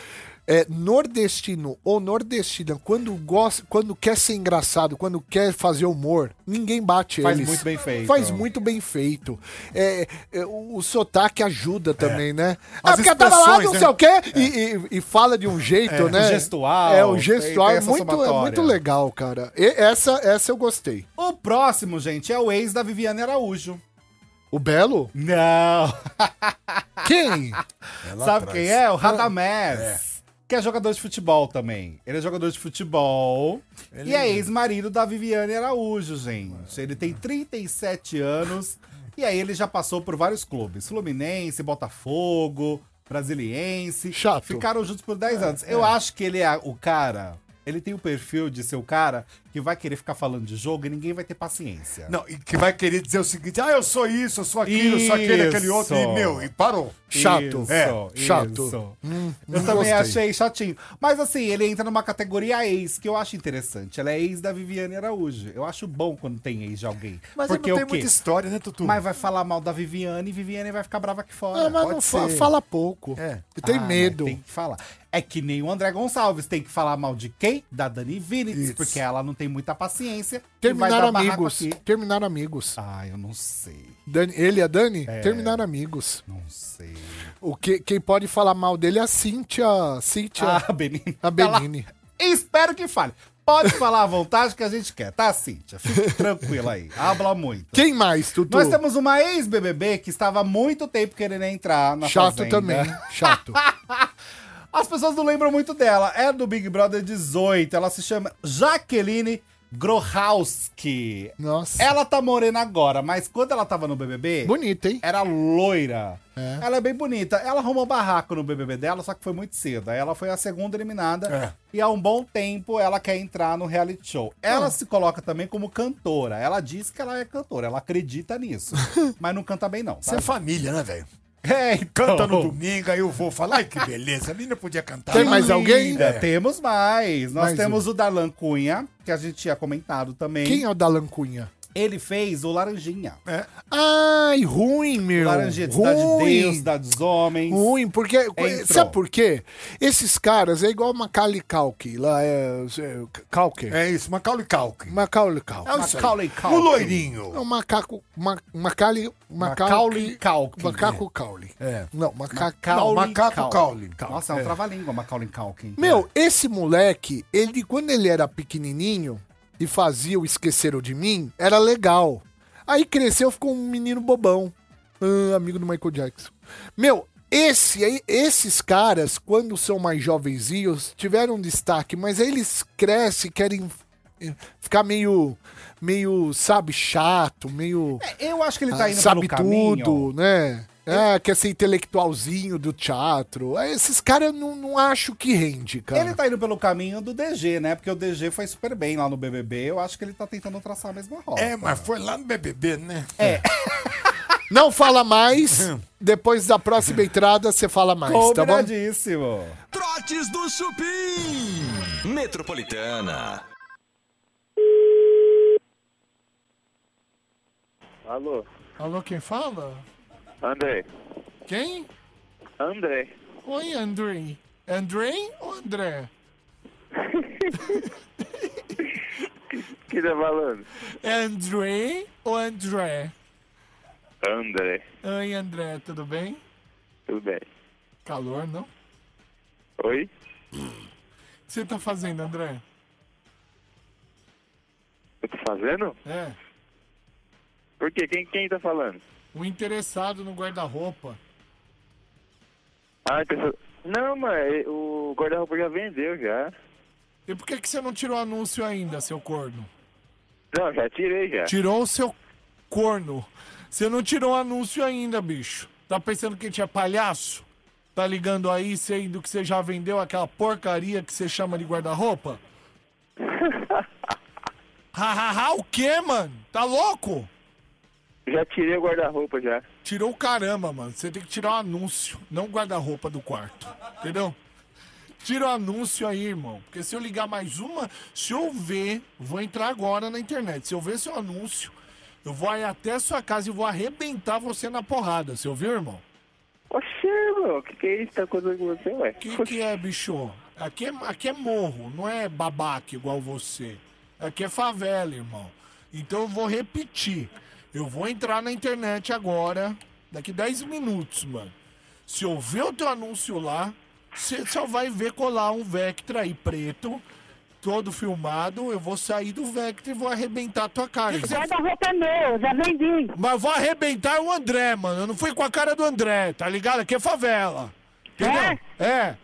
Speaker 3: É, nordestino ou nordestina, quando, gosta, quando quer ser engraçado, quando quer fazer humor, ninguém bate
Speaker 7: Faz
Speaker 3: eles.
Speaker 7: muito bem feito.
Speaker 3: Faz muito bem feito. É, é, o, o sotaque ajuda
Speaker 7: É.
Speaker 3: também, né?
Speaker 4: As
Speaker 3: ah, porque eu tava lá,
Speaker 4: expressões,
Speaker 3: não
Speaker 4: né?
Speaker 3: sei o quê, e, e- e fala de um jeito, né?
Speaker 7: o É. gestual,
Speaker 3: É, o
Speaker 7: tem-
Speaker 3: gestual
Speaker 7: tem
Speaker 3: é,
Speaker 7: essa
Speaker 3: muito, é
Speaker 7: somatória.
Speaker 3: muito legal, cara. E- essa, essa eu gostei.
Speaker 7: O próximo, gente, é o ex da Viviane Araújo.
Speaker 3: O Belo?
Speaker 7: Não.
Speaker 3: Quem?
Speaker 4: Ela
Speaker 7: Sabe
Speaker 4: atrás.
Speaker 7: quem é? O Radamés. Que é jogador de futebol também. Ele é jogador de futebol. E é ex-marido da Viviane Araújo, gente. Ele tem 37 anos. E aí ele já passou por vários clubes. Fluminense, Botafogo, Brasiliense.
Speaker 3: Chato.
Speaker 7: é. Ficaram juntos por 10 anos. Eu acho que ele é o cara... Ele tem o perfil de ser o cara que vai querer ficar falando de jogo e ninguém vai ter paciência.
Speaker 4: Não, e que vai querer dizer o seguinte: ah, eu sou isso, eu sou aquilo, eu sou aquele, aquele outro, e
Speaker 7: Isso.
Speaker 4: meu, e parou.
Speaker 3: Chato.
Speaker 7: Isso,
Speaker 3: é, chato.
Speaker 7: isso.
Speaker 3: não
Speaker 7: eu também
Speaker 3: gostei.
Speaker 7: achei chatinho. Mas assim, ele entra numa categoria ex, que eu acho interessante. Ela é ex da Viviane Araújo. Eu acho bom quando tem ex de alguém.
Speaker 4: Mas
Speaker 7: Porque
Speaker 4: não
Speaker 7: o
Speaker 4: tem
Speaker 7: quê?
Speaker 4: muita história, né, Tutu?
Speaker 7: Mas vai falar mal da Viviane e Viviane vai ficar brava aqui fora.
Speaker 3: Ah, mas
Speaker 4: pode
Speaker 3: não fa-
Speaker 4: ser.
Speaker 3: fala pouco.
Speaker 4: É.
Speaker 3: E Tem
Speaker 7: Ah, mas
Speaker 3: medo.
Speaker 7: Tem que falar. É que nem o André Gonçalves tem que falar mal de quem? Da Dani Vinitz,
Speaker 4: Isso.
Speaker 7: porque ela não tem muita paciência. e vai
Speaker 3: Terminaram
Speaker 7: dar barraco
Speaker 3: amigos.
Speaker 7: aqui.
Speaker 3: Terminaram amigos.
Speaker 7: Ah, É. eu não sei.
Speaker 3: Dani- ele e a Dani terminaram amigos.
Speaker 7: Não sei.
Speaker 3: O que, quem pode falar mal dele é a Cíntia. Cíntia.
Speaker 7: Ah, Benini.
Speaker 3: a Benini.
Speaker 7: Espero que fale. Pode falar à vontade que a gente quer, tá, Cíntia? Fique tranquila aí. Habla muito.
Speaker 3: Quem mais, Tutu?
Speaker 7: Nós temos uma ex-BBB que estava há muito tempo querendo entrar na
Speaker 3: Chato
Speaker 7: Fazenda.
Speaker 3: também. Chato.
Speaker 7: As pessoas não lembram muito dela. É do Big Brother 18. Ela se chama Jaqueline Grohowski.
Speaker 3: Nossa.
Speaker 7: Ela tá morena agora, mas quando ela tava no BBB,
Speaker 3: Bonita, hein?
Speaker 7: era loira.
Speaker 3: É.
Speaker 7: Ela é bem bonita. Ela arrumou barraco no BBB dela, só que foi muito cedo. Aí Ela foi a segunda
Speaker 3: É.
Speaker 7: eliminada. E há um bom tempo ela quer entrar no reality show. Ela
Speaker 3: É.
Speaker 7: se coloca também como cantora. Ela diz que ela é cantora, ela acredita nisso. mas não canta bem, não. tá?
Speaker 4: Você é
Speaker 7: sabe?
Speaker 4: família, né, velho?
Speaker 7: É, então.
Speaker 4: Canta no domingo, aí eu vou falar, ai que beleza, a menina podia cantar.
Speaker 3: Tem mais
Speaker 7: Linda,
Speaker 3: alguém?
Speaker 7: Temos mais. Nós
Speaker 3: é. Mais um.
Speaker 7: temos o Darlan Cunha, que a gente tinha comentado também.
Speaker 3: Quem é o da Lancunha?
Speaker 7: Ele fez o Laranjinha.
Speaker 3: Ai, ruim, meu.
Speaker 7: Laranjinha de Cidade de Deus,
Speaker 3: um ruim.
Speaker 7: Cidade dos Homens.
Speaker 3: Ruim, porque.
Speaker 7: Entrou.
Speaker 3: Sabe por quê? Esses caras é igual Macaulay Culkin. Lá é. é Culkin.
Speaker 4: É isso, Macaulay Culkin.
Speaker 3: Macaulay Culkin.
Speaker 4: É isso aí.
Speaker 7: Macaulay Culkin.
Speaker 4: O loirinho.
Speaker 3: É um macaco. Ma, macaulay.
Speaker 7: Macaulay Culkin.
Speaker 3: Macaco Caule.
Speaker 4: É.
Speaker 3: Não, macaco.
Speaker 4: Não, Macaco
Speaker 7: Culkin.
Speaker 4: Culkin.
Speaker 7: Nossa, é um
Speaker 4: É.
Speaker 7: trava-língua, Macaulay Culkin.
Speaker 3: Meu, esse moleque, ele, quando ele era pequenininho e fazia o Esqueceram de Mim, era legal. Aí cresceu, ficou um menino bobão. Ah, amigo do Michael Jackson. Meu, esse, aí- esses caras, quando são mais jovenzinhos, tiveram um destaque, mas aí eles crescem, querem eh, ficar meio, meio, sabe, chato, meio...
Speaker 7: É, Eu acho que ele tá
Speaker 3: Ah,
Speaker 7: indo
Speaker 3: sabe
Speaker 7: pelo caminho.
Speaker 3: tudo, né? É, quer ser intelectualzinho do teatro. Ah, Esses caras não, não acho que rende, cara.
Speaker 7: Ele tá indo pelo caminho do DG, né? Porque o DG foi super bem lá no BBB. Eu acho que ele tá tentando traçar a mesma rota.
Speaker 4: É, mas foi lá no BBB, né?
Speaker 3: Não fala mais.
Speaker 7: Uhum.
Speaker 3: Depois da próxima entrada, você fala mais, tá bom?
Speaker 7: Combinadíssimo.
Speaker 1: Trotes do Chupim. Metropolitana.
Speaker 8: Alô,
Speaker 3: Alô, quem fala?
Speaker 8: André.
Speaker 3: Quem?
Speaker 8: André.
Speaker 3: Oi, Andrei. Andrei ou André?
Speaker 8: que tá falando?
Speaker 3: Andrei ou André?
Speaker 8: André.
Speaker 3: Oi, André, tudo bem?
Speaker 8: Tudo bem.
Speaker 3: Calor, não? O
Speaker 8: Oi?
Speaker 3: que você tá fazendo, André?
Speaker 8: Eu tô tá fazendo?
Speaker 3: É,
Speaker 8: Por quê? Quem, quem tá falando?
Speaker 3: o um interessado no guarda-roupa.
Speaker 8: Ah, pessoa... Não, mas é, o guarda-roupa já vendeu já.
Speaker 3: E por que, que você não tirou o anúncio ainda, seu corno?
Speaker 8: Não, já tirei já.
Speaker 3: Tirou o seu corno. Você não tirou o anúncio ainda, bicho. Tá pensando que a gente é palhaço? Tá ligando aí, sendo que você já vendeu aquela porcaria que você chama de guarda-roupa? Hahaha, o quê, mano? Tá louco?
Speaker 8: Já tirei o guarda-roupa já.
Speaker 3: Tirou o caramba, mano. Você tem que tirar o anúncio, não o guarda-roupa do quarto. Entendeu? Tira o anúncio aí, irmão. Porque se eu ligar mais uma, se eu ver, vou entrar agora na internet. Se eu ver seu anúncio, eu vou aí até a sua casa e vou arrebentar você na porrada. Você ouviu, irmão?
Speaker 8: Oxê, meu, o que, que é isso? Tá coisa com você, ué?
Speaker 3: O que, que é, bicho? Aqui é, aqui é morro, não é babaca igual você. Aqui é favela, irmão. Então eu vou repetir. Eu vou entrar na internet agora, daqui 10 minutos, mano. Se eu ver o teu anúncio lá, você só vai ver colar um Vectra aí preto, todo filmado. Eu vou sair do Vectra e vou arrebentar a tua cara. irmão.
Speaker 6: Guarda-roupa é meu, já vendi.
Speaker 3: Mas eu vou arrebentar o André, mano. Eu não fui com a cara do André, tá ligado? Aqui é favela. Entendeu? é.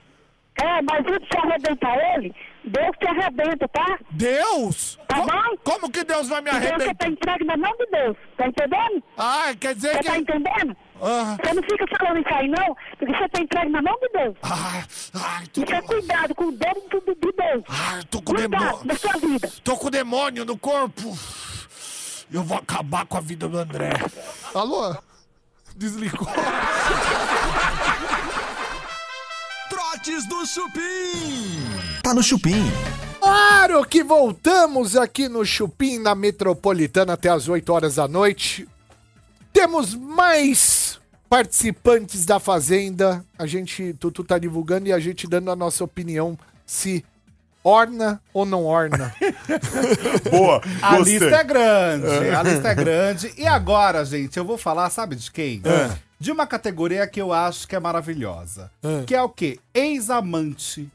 Speaker 6: É, mas se você arrebentar ele, Deus te arrebenta, tá?
Speaker 3: Deus?
Speaker 6: Tá
Speaker 3: Co-
Speaker 6: bom?
Speaker 3: Como que Deus vai me
Speaker 6: Então você tá
Speaker 3: arrebentar?
Speaker 6: entregue na mão de Deus, tá entendendo?
Speaker 3: Ah, quer dizer
Speaker 6: Você
Speaker 3: que.
Speaker 6: tá entendendo?
Speaker 3: Ah,
Speaker 6: Você não fica falando isso aí não, porque você tá entregue na mão de Deus.
Speaker 3: ah, ai, tudo,
Speaker 6: Fica cuidado com o dedo do- de Deus.
Speaker 3: ah,
Speaker 9: tô com demônio.
Speaker 6: Cuidado da sua vida.
Speaker 9: Tô com demônio no corpo. Eu vou acabar com a vida do André.
Speaker 3: Alô? Desligou.
Speaker 1: Trotes do Chupim. Tá no Chupim.
Speaker 3: Claro que voltamos aqui no Chupim na Metropolitana até as 8 horas da noite. Temos mais participantes da Fazenda. A gente, Tutu tá divulgando e a gente dando a nossa opinião se orna ou não orna.
Speaker 10: Boa,
Speaker 7: A
Speaker 10: gostei.
Speaker 7: lista é grande, a lista é grande. E agora, gente, eu vou falar, sabe de quem? De uma categoria que eu acho que é maravilhosa. Que é o quê? Ex-amante.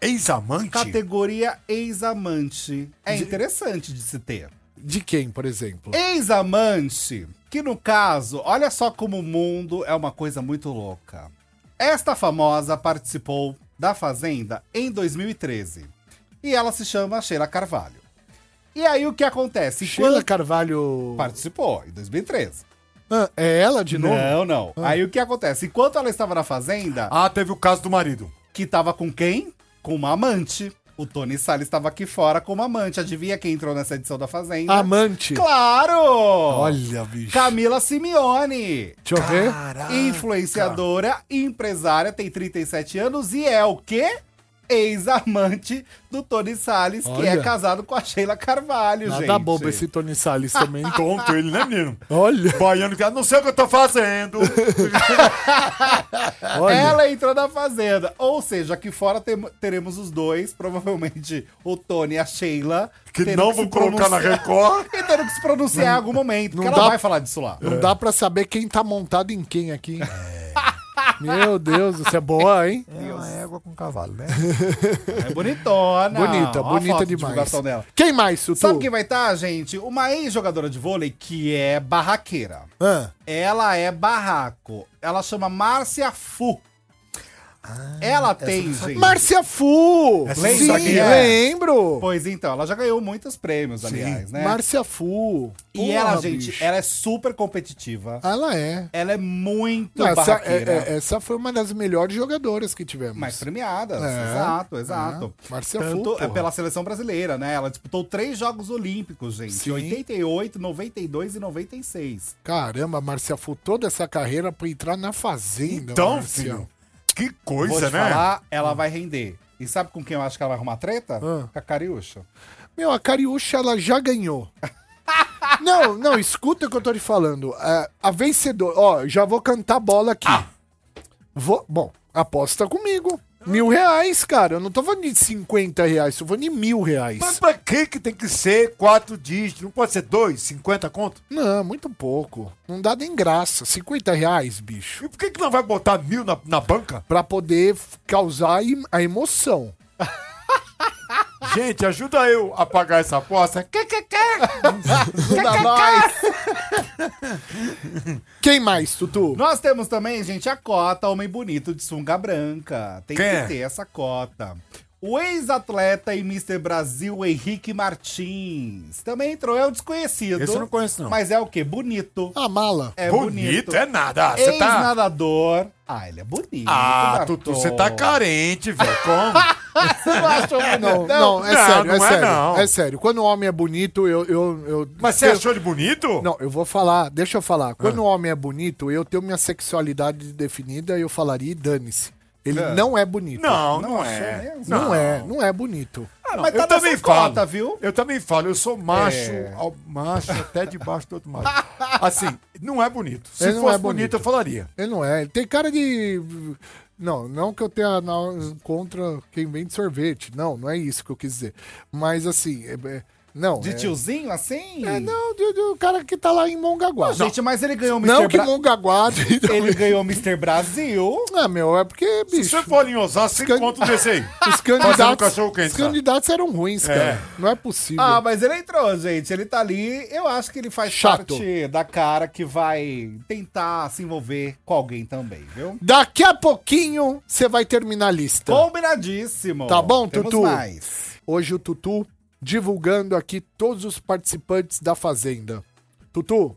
Speaker 10: Ex-amante?
Speaker 7: Categoria ex-amante. É interessante de se ter.
Speaker 3: De quem, por exemplo?
Speaker 7: Ex-amante, que no caso, olha só como o mundo é uma coisa muito louca. Esta famosa participou da Fazenda em 2013. E ela se chama Sheila Carvalho. E aí o que acontece?
Speaker 3: Sheila
Speaker 7: Quando-
Speaker 3: Carvalho.
Speaker 7: Participou em 2013.
Speaker 3: Ah, é ela de novo?
Speaker 7: Não, não. Aí o que acontece? Enquanto ela estava na Fazenda,
Speaker 10: Ah, teve o caso do marido.
Speaker 7: que tava com quem? Com uma amante. O Tony Salles estava aqui fora com uma amante. Adivinha quem entrou nessa edição da Fazenda?
Speaker 3: Amante.
Speaker 7: Claro!
Speaker 3: Olha, bicho.
Speaker 7: Camila Simeone.
Speaker 3: Deixa eu ver.
Speaker 7: Influenciadora, empresária, tem 37 anos e é o quê? Ex-amante do Tony Salles, que
Speaker 3: Olha.
Speaker 7: é casado com a Sheila Carvalho, gente.
Speaker 3: Nada bobo esse Tony Salles também.
Speaker 10: Tonto ele, né, menino?
Speaker 3: Olha,
Speaker 10: Baiano que ah, não sei o que eu tô fazendo.
Speaker 3: olha.
Speaker 7: Ela entrou na fazenda. Ou seja, aqui fora tem- teremos os dois, provavelmente o Tony e a Sheila.
Speaker 10: Que
Speaker 7: tendo
Speaker 10: não
Speaker 7: se
Speaker 10: vou colocar na
Speaker 7: pronunciar-
Speaker 10: Record.
Speaker 7: E tendo que se pronunciar em algum momento, porque
Speaker 3: não
Speaker 7: ela
Speaker 3: dá-
Speaker 7: vai falar disso lá.
Speaker 3: Não dá pra saber quem tá montado em quem aqui. hein? Meu Deus, isso é boa, hein?
Speaker 4: É uma égua com cavalo, né?
Speaker 7: É bonitona.
Speaker 3: bonita,
Speaker 7: Ó a
Speaker 3: bonita
Speaker 7: foto de
Speaker 3: demais.
Speaker 7: divulgação dela.
Speaker 3: Quem mais, Sutu?
Speaker 7: Sabe quem vai estar, gente? Uma ex-jogadora de vôlei que é barraqueira.
Speaker 3: Hã?
Speaker 7: Ela é barraco. Ela chama Márcia Fu.
Speaker 3: Ah,
Speaker 7: ela tem, gente.
Speaker 3: Márcia Fu!
Speaker 10: Essa
Speaker 3: Sim,
Speaker 10: não sabe quem é.
Speaker 3: lembro!
Speaker 7: Pois então, ela já ganhou muitos prêmios, aliás, né?
Speaker 3: Márcia Fu.
Speaker 7: E ela, gente, ela é super competitiva.
Speaker 3: Ela é.
Speaker 7: Ela é muito
Speaker 3: Não, essa,
Speaker 7: barraqueira.
Speaker 3: é- é- essa foi uma das melhores jogadoras que tivemos.
Speaker 7: Mais premiada,
Speaker 3: É,
Speaker 7: exato, exato.
Speaker 3: é. Márcia Fu,
Speaker 7: Tanto é
Speaker 3: porra.
Speaker 7: pela seleção brasileira, né? Ela disputou três Jogos Olímpicos, gente.
Speaker 3: Sim.
Speaker 7: 88, 92 e 96.
Speaker 3: Caramba, Márcia Fu, toda essa carreira pra entrar na Fazenda.
Speaker 10: Então,
Speaker 3: Márcia.
Speaker 10: filho, que
Speaker 7: Vou
Speaker 10: coisa,
Speaker 7: te
Speaker 10: né?
Speaker 7: falar, ela vai render. E sabe com quem eu acho que ela vai arrumar treta? Com a Cariúcha.
Speaker 3: Meu, a Cariúcha, ela já ganhou. não, não, escuta o que eu tô te falando. A, a vencedora, ó, já vou cantar bola aqui. Vou, bom, aposta comigo. Mil reais, cara. Eu não tô falando de 50 reais, tô falando de mil reais.
Speaker 10: Mas pra que que tem que ser quatro dígitos? Não pode ser dois, 50 conto?
Speaker 3: Não, muito pouco. Não dá nem graça. 50 reais, bicho.
Speaker 10: E por que que não vai botar mil na, na banca?
Speaker 3: Pra poder f- causar em- a emoção.
Speaker 10: Gente, ajuda eu a pagar essa aposta. Que
Speaker 7: Ajuda nós!
Speaker 3: Quem mais, Tutu?
Speaker 7: Nós temos também, gente, a cota Homem Bonito de Sunga Branca. Tem
Speaker 10: Quem é?
Speaker 7: que ter essa cota. O ex-atleta e Mr. Brasil Henrique Martins. Também entrou, é o desconhecido.
Speaker 10: Esse eu não conheço, não.
Speaker 7: Mas é o quê? Bonito.
Speaker 3: A Ah, mala.
Speaker 7: É
Speaker 10: bonito, é nada. Ah, Você tá...
Speaker 7: Ex-nadador. Ah, ele é bonito.
Speaker 10: Ah,
Speaker 7: Bartô.
Speaker 10: Tutu, você tá carente, velho. Como?
Speaker 7: Você não achou
Speaker 3: Não,
Speaker 7: bonitão?
Speaker 3: não, é
Speaker 10: Não,
Speaker 3: sério, é
Speaker 10: não é
Speaker 3: sério.
Speaker 10: não.
Speaker 3: É sério. Quando o homem é bonito, eu. eu, eu
Speaker 10: Mas você
Speaker 3: eu-
Speaker 10: achou ele bonito?
Speaker 3: Não, eu vou falar, deixa eu falar. Quando o homem é bonito, eu tenho minha sexualidade definida, eu falaria e dane-se. Ele não é bonito.
Speaker 10: Não, não,
Speaker 7: Não achou
Speaker 10: é.
Speaker 7: mesmo?
Speaker 3: Não, é, não é bonito.
Speaker 10: Ah, não,
Speaker 7: Mas
Speaker 10: eu
Speaker 7: tá
Speaker 10: também
Speaker 7: nessa
Speaker 10: falo.
Speaker 7: cota, viu?
Speaker 10: Eu também falo, eu sou macho,
Speaker 7: É.
Speaker 10: ao- macho até debaixo do outro macho. Assim, não é bonito. Se
Speaker 3: Ele
Speaker 10: fosse
Speaker 3: não é
Speaker 10: bonito,
Speaker 3: bonito.
Speaker 10: eu falaria.
Speaker 3: Ele não é, ele tem cara de não, não que eu tenha na- contra quem vende sorvete. Não, não é isso que eu quis dizer. Mas assim, é- é- não.
Speaker 7: De
Speaker 3: é,
Speaker 7: tiozinho, assim?
Speaker 3: é, não, de- de- o cara que tá lá em Mongaguá. Não,
Speaker 7: Gente, mas ele ganhou o
Speaker 3: não
Speaker 7: Mr.
Speaker 3: que
Speaker 7: Bra...
Speaker 3: Mongaguá.
Speaker 7: Ele ganhou o Mr. Brasil.
Speaker 3: Ah, meu, é
Speaker 10: Se
Speaker 3: porque, bicho.
Speaker 10: você for em Osasco, você
Speaker 3: Escan-
Speaker 10: encontra um desse aí.
Speaker 3: Os
Speaker 10: Fazendo
Speaker 3: candidatos,
Speaker 10: cachorro quente,
Speaker 3: os candidatos eram ruins, cara. Não é possível.
Speaker 7: Ah, mas ele entrou, gente. Ele tá ali. Eu acho que ele faz
Speaker 3: Chato.
Speaker 7: parte da cara que vai tentar se envolver com alguém também, viu?
Speaker 3: Daqui a pouquinho você vai terminar a lista.
Speaker 7: Combinadíssimo.
Speaker 3: Tá bom,
Speaker 7: Temos
Speaker 3: Tutu?
Speaker 7: mais.
Speaker 3: Hoje o Tutu divulgando aqui todos os participantes da Fazenda. Tutu,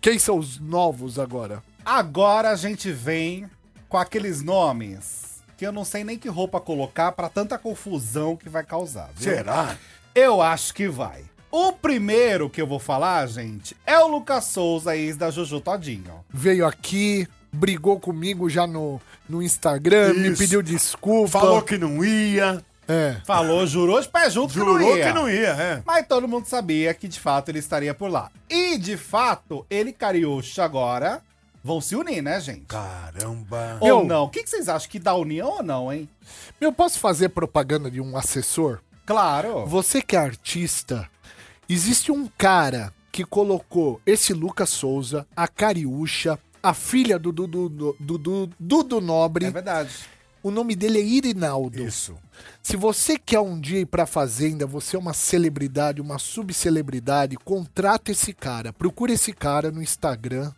Speaker 3: quem são os novos agora?
Speaker 7: Agora a gente vem com aqueles nomes que eu não sei nem que roupa colocar pra tanta confusão que vai causar. viu?
Speaker 9: Será?
Speaker 7: Eu acho que vai. O primeiro que eu vou falar, gente, é o Lucas Souza, ex da Jojo Todinho.
Speaker 3: Veio aqui, brigou comigo já no, no Instagram, me
Speaker 9: Isso.
Speaker 3: pediu desculpa.
Speaker 9: Falou que não ia.
Speaker 3: É.
Speaker 7: Falou, jurou de pé junto que não
Speaker 9: Jurou
Speaker 7: ia.
Speaker 9: que não ia, é.
Speaker 7: Mas todo mundo sabia que de fato ele estaria por lá. E de fato, ele e Cariúcha agora vão se unir, né, gente?
Speaker 9: Caramba.
Speaker 7: Ou
Speaker 3: Meu-
Speaker 7: não? O que que vocês acham? Que dá união ou não, hein?
Speaker 3: Meu, posso fazer propaganda de um assessor?
Speaker 7: Claro.
Speaker 3: Você que é artista, existe um cara que colocou esse Lucas Souza, a Cariúcha, a filha do Dudu, do, Dudu- Dudu Nobre.
Speaker 7: É verdade.
Speaker 3: O nome dele é Irinaldo.
Speaker 9: Isso.
Speaker 3: Se você quer um dia ir pra fazenda, você é uma celebridade, uma subcelebridade, contrata esse cara. Procura esse cara no Instagram.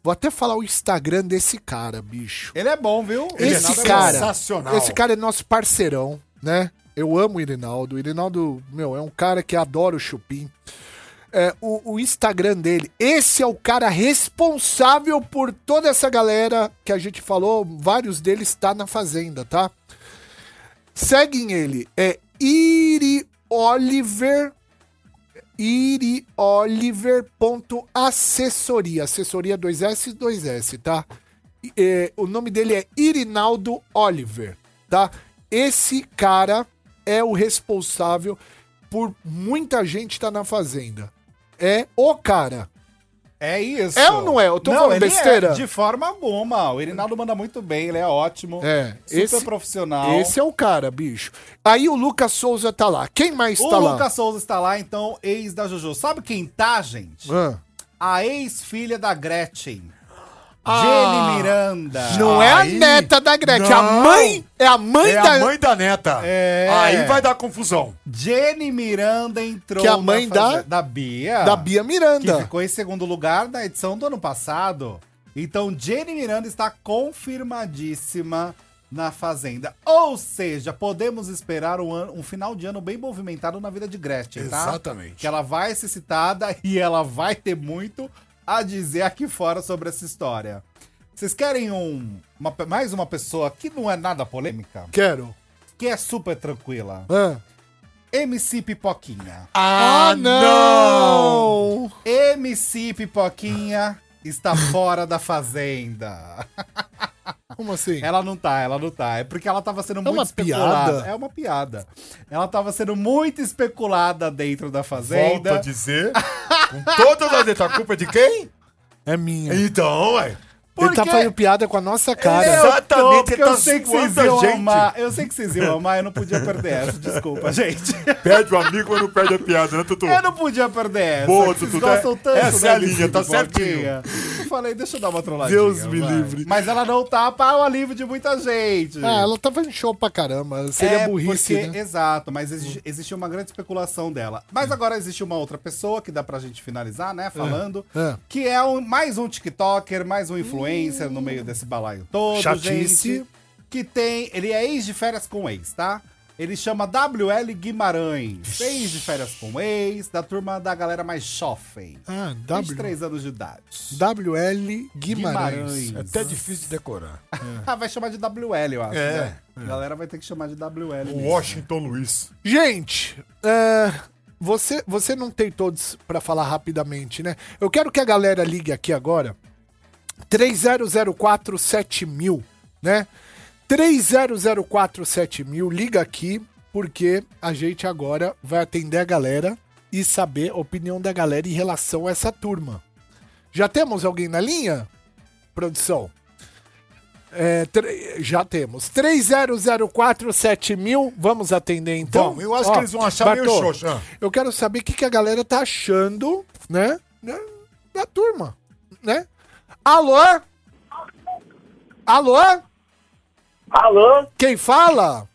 Speaker 3: Vou até falar o Instagram desse cara, bicho.
Speaker 7: Ele é bom, viu?
Speaker 9: Ele é
Speaker 3: esse
Speaker 9: nada
Speaker 3: cara,
Speaker 9: sensacional.
Speaker 3: esse cara é nosso parceirão, né? Eu amo o Irinaldo. O Irinaldo, meu, é um cara que adora o Chupim. É, o, o Instagram dele, esse é o cara responsável por toda essa galera que a gente falou, vários deles tá na fazenda, tá? Seguem ele, é Iri Oliver irioliver.assessoria. Assessoria 2S 2S, tá? E, eh, o nome dele é Irinaldo Oliver, tá? Esse cara é o responsável por muita gente estar na fazenda. É o cara.
Speaker 7: É isso.
Speaker 3: É ou não é? Eu tô falando
Speaker 7: ele é
Speaker 3: besteira?
Speaker 7: de forma alguma. O Irinaldo manda muito bem, ele é ótimo.
Speaker 3: É,
Speaker 7: Super
Speaker 3: esse-
Speaker 7: profissional.
Speaker 3: Esse é o cara, bicho. Aí o Lucas Souza tá lá. Quem mais
Speaker 7: o
Speaker 3: tá lá?
Speaker 7: Lucas Souza está lá, então, ex da Jojo. Sabe quem tá, gente?
Speaker 3: Hã?
Speaker 7: A ex-filha da Gretchen.
Speaker 9: Ah.
Speaker 7: Jenny Miranda.
Speaker 3: Não é a
Speaker 9: Aí-
Speaker 3: neta da Gretchen, a
Speaker 9: Não.
Speaker 3: mãe é a mãe
Speaker 9: É
Speaker 3: da
Speaker 9: a mãe da neta.
Speaker 7: É.
Speaker 9: Aí vai dar confusão.
Speaker 7: Jenny Miranda entrou
Speaker 3: Que é a mãe
Speaker 7: na
Speaker 3: da-
Speaker 7: faze- da Bia.
Speaker 3: da Bia
Speaker 7: Que
Speaker 3: Miranda.
Speaker 7: ficou em segundo lugar na edição do ano passado. Então, Jenny Miranda está confirmadíssima na Fazenda. Ou seja, podemos esperar um, ano- um final de ano bem movimentado na vida de Gretchen, tá?
Speaker 9: Exatamente.
Speaker 7: Que ela vai ser citada e ela vai ter muito a dizer aqui fora sobre essa história. Vocês querem um, uma pe- mais uma pessoa que não é nada polêmica?
Speaker 3: Quero.
Speaker 7: Que é super tranquila.
Speaker 3: Hã?
Speaker 7: MC Pipoquinha.
Speaker 3: Ah, não!
Speaker 7: MC Pipoquinha está fora da Fazenda.
Speaker 3: Como assim?
Speaker 7: Ela não tá, ela não tá. É porque ela tava sendo muito
Speaker 3: uma
Speaker 7: especulada.
Speaker 3: piada?
Speaker 7: É uma piada. Ela tava sendo muito especulada dentro da
Speaker 9: Volto a
Speaker 7: Fazenda.
Speaker 9: dizer. com todas as letras. A culpa é de quem?
Speaker 3: É minha.
Speaker 9: Então, ué.
Speaker 3: Ele tá
Speaker 7: quê?
Speaker 3: fazendo piada com a nossa cara.
Speaker 9: Ele é
Speaker 7: Tô,
Speaker 9: Exatamente,
Speaker 7: porque
Speaker 9: ele tá
Speaker 7: eu sei que vocês
Speaker 9: zoando a
Speaker 7: iam
Speaker 9: gente.
Speaker 7: amar. Eu sei que vocês iam amar, eu não podia perder essa. Desculpa, gente.
Speaker 9: Perde o amigo, mas não perde a piada, né, Tutu?
Speaker 7: Eu não podia perder essa.
Speaker 9: Boa,
Speaker 7: que vocês
Speaker 9: Tutu,
Speaker 7: gostam
Speaker 9: tá-
Speaker 7: tanto
Speaker 9: essa é
Speaker 7: da
Speaker 9: a linha, tá
Speaker 7: Pipoquinha.
Speaker 9: certinho.
Speaker 7: Eu falei, deixa eu dar uma trolladinha.
Speaker 9: Deus me
Speaker 7: vai.
Speaker 9: livre.
Speaker 7: Mas ela não tá para o alívio de muita gente.
Speaker 3: Ah, ela tá fazendo show pra caramba. Seria
Speaker 7: É,
Speaker 3: burrice,
Speaker 7: porque-
Speaker 3: né? Uhum.
Speaker 7: Exato, mas exi- existiu uma grande especulação dela. Mas agora existe uma outra pessoa que dá pra gente finalizar, né? Falando.
Speaker 3: é.
Speaker 7: Que é um- mais um TikToker, mais um influencer no meio desse balaio todo.
Speaker 3: Chatice.
Speaker 7: gente, que tem. Ele é ex de férias com ex, tá? Ele chama WL Guimarães. Ex de férias com ex, da turma da galera mais jovem.
Speaker 3: Ah, w,
Speaker 7: 23 anos de idade.
Speaker 3: WL Guimarães.
Speaker 9: É até difícil de decorar.
Speaker 3: É.
Speaker 7: Ah, vai chamar de WL, eu acho.
Speaker 9: É,
Speaker 7: né? A galera vai ter que chamar de WL.
Speaker 9: O
Speaker 7: mesmo.
Speaker 9: Washington Luiz.
Speaker 3: Gente, é, você, você não tem todos pra falar rapidamente, né? Eu quero que a galera ligue aqui agora. 30047000, né? 30047000, liga aqui, porque a gente agora vai atender a galera e saber a opinião da galera em relação a essa turma. Já temos alguém na linha? Produção. É, tre- já temos. 30047000, vamos atender então.
Speaker 9: Bom, eu acho que eles vão achar meio
Speaker 3: Bartô,
Speaker 9: xoxo, ah.
Speaker 3: Eu quero saber o que, que a galera tá achando, né? né, Da turma, né? Alô? Alô?
Speaker 5: Alô,
Speaker 3: Quem fala?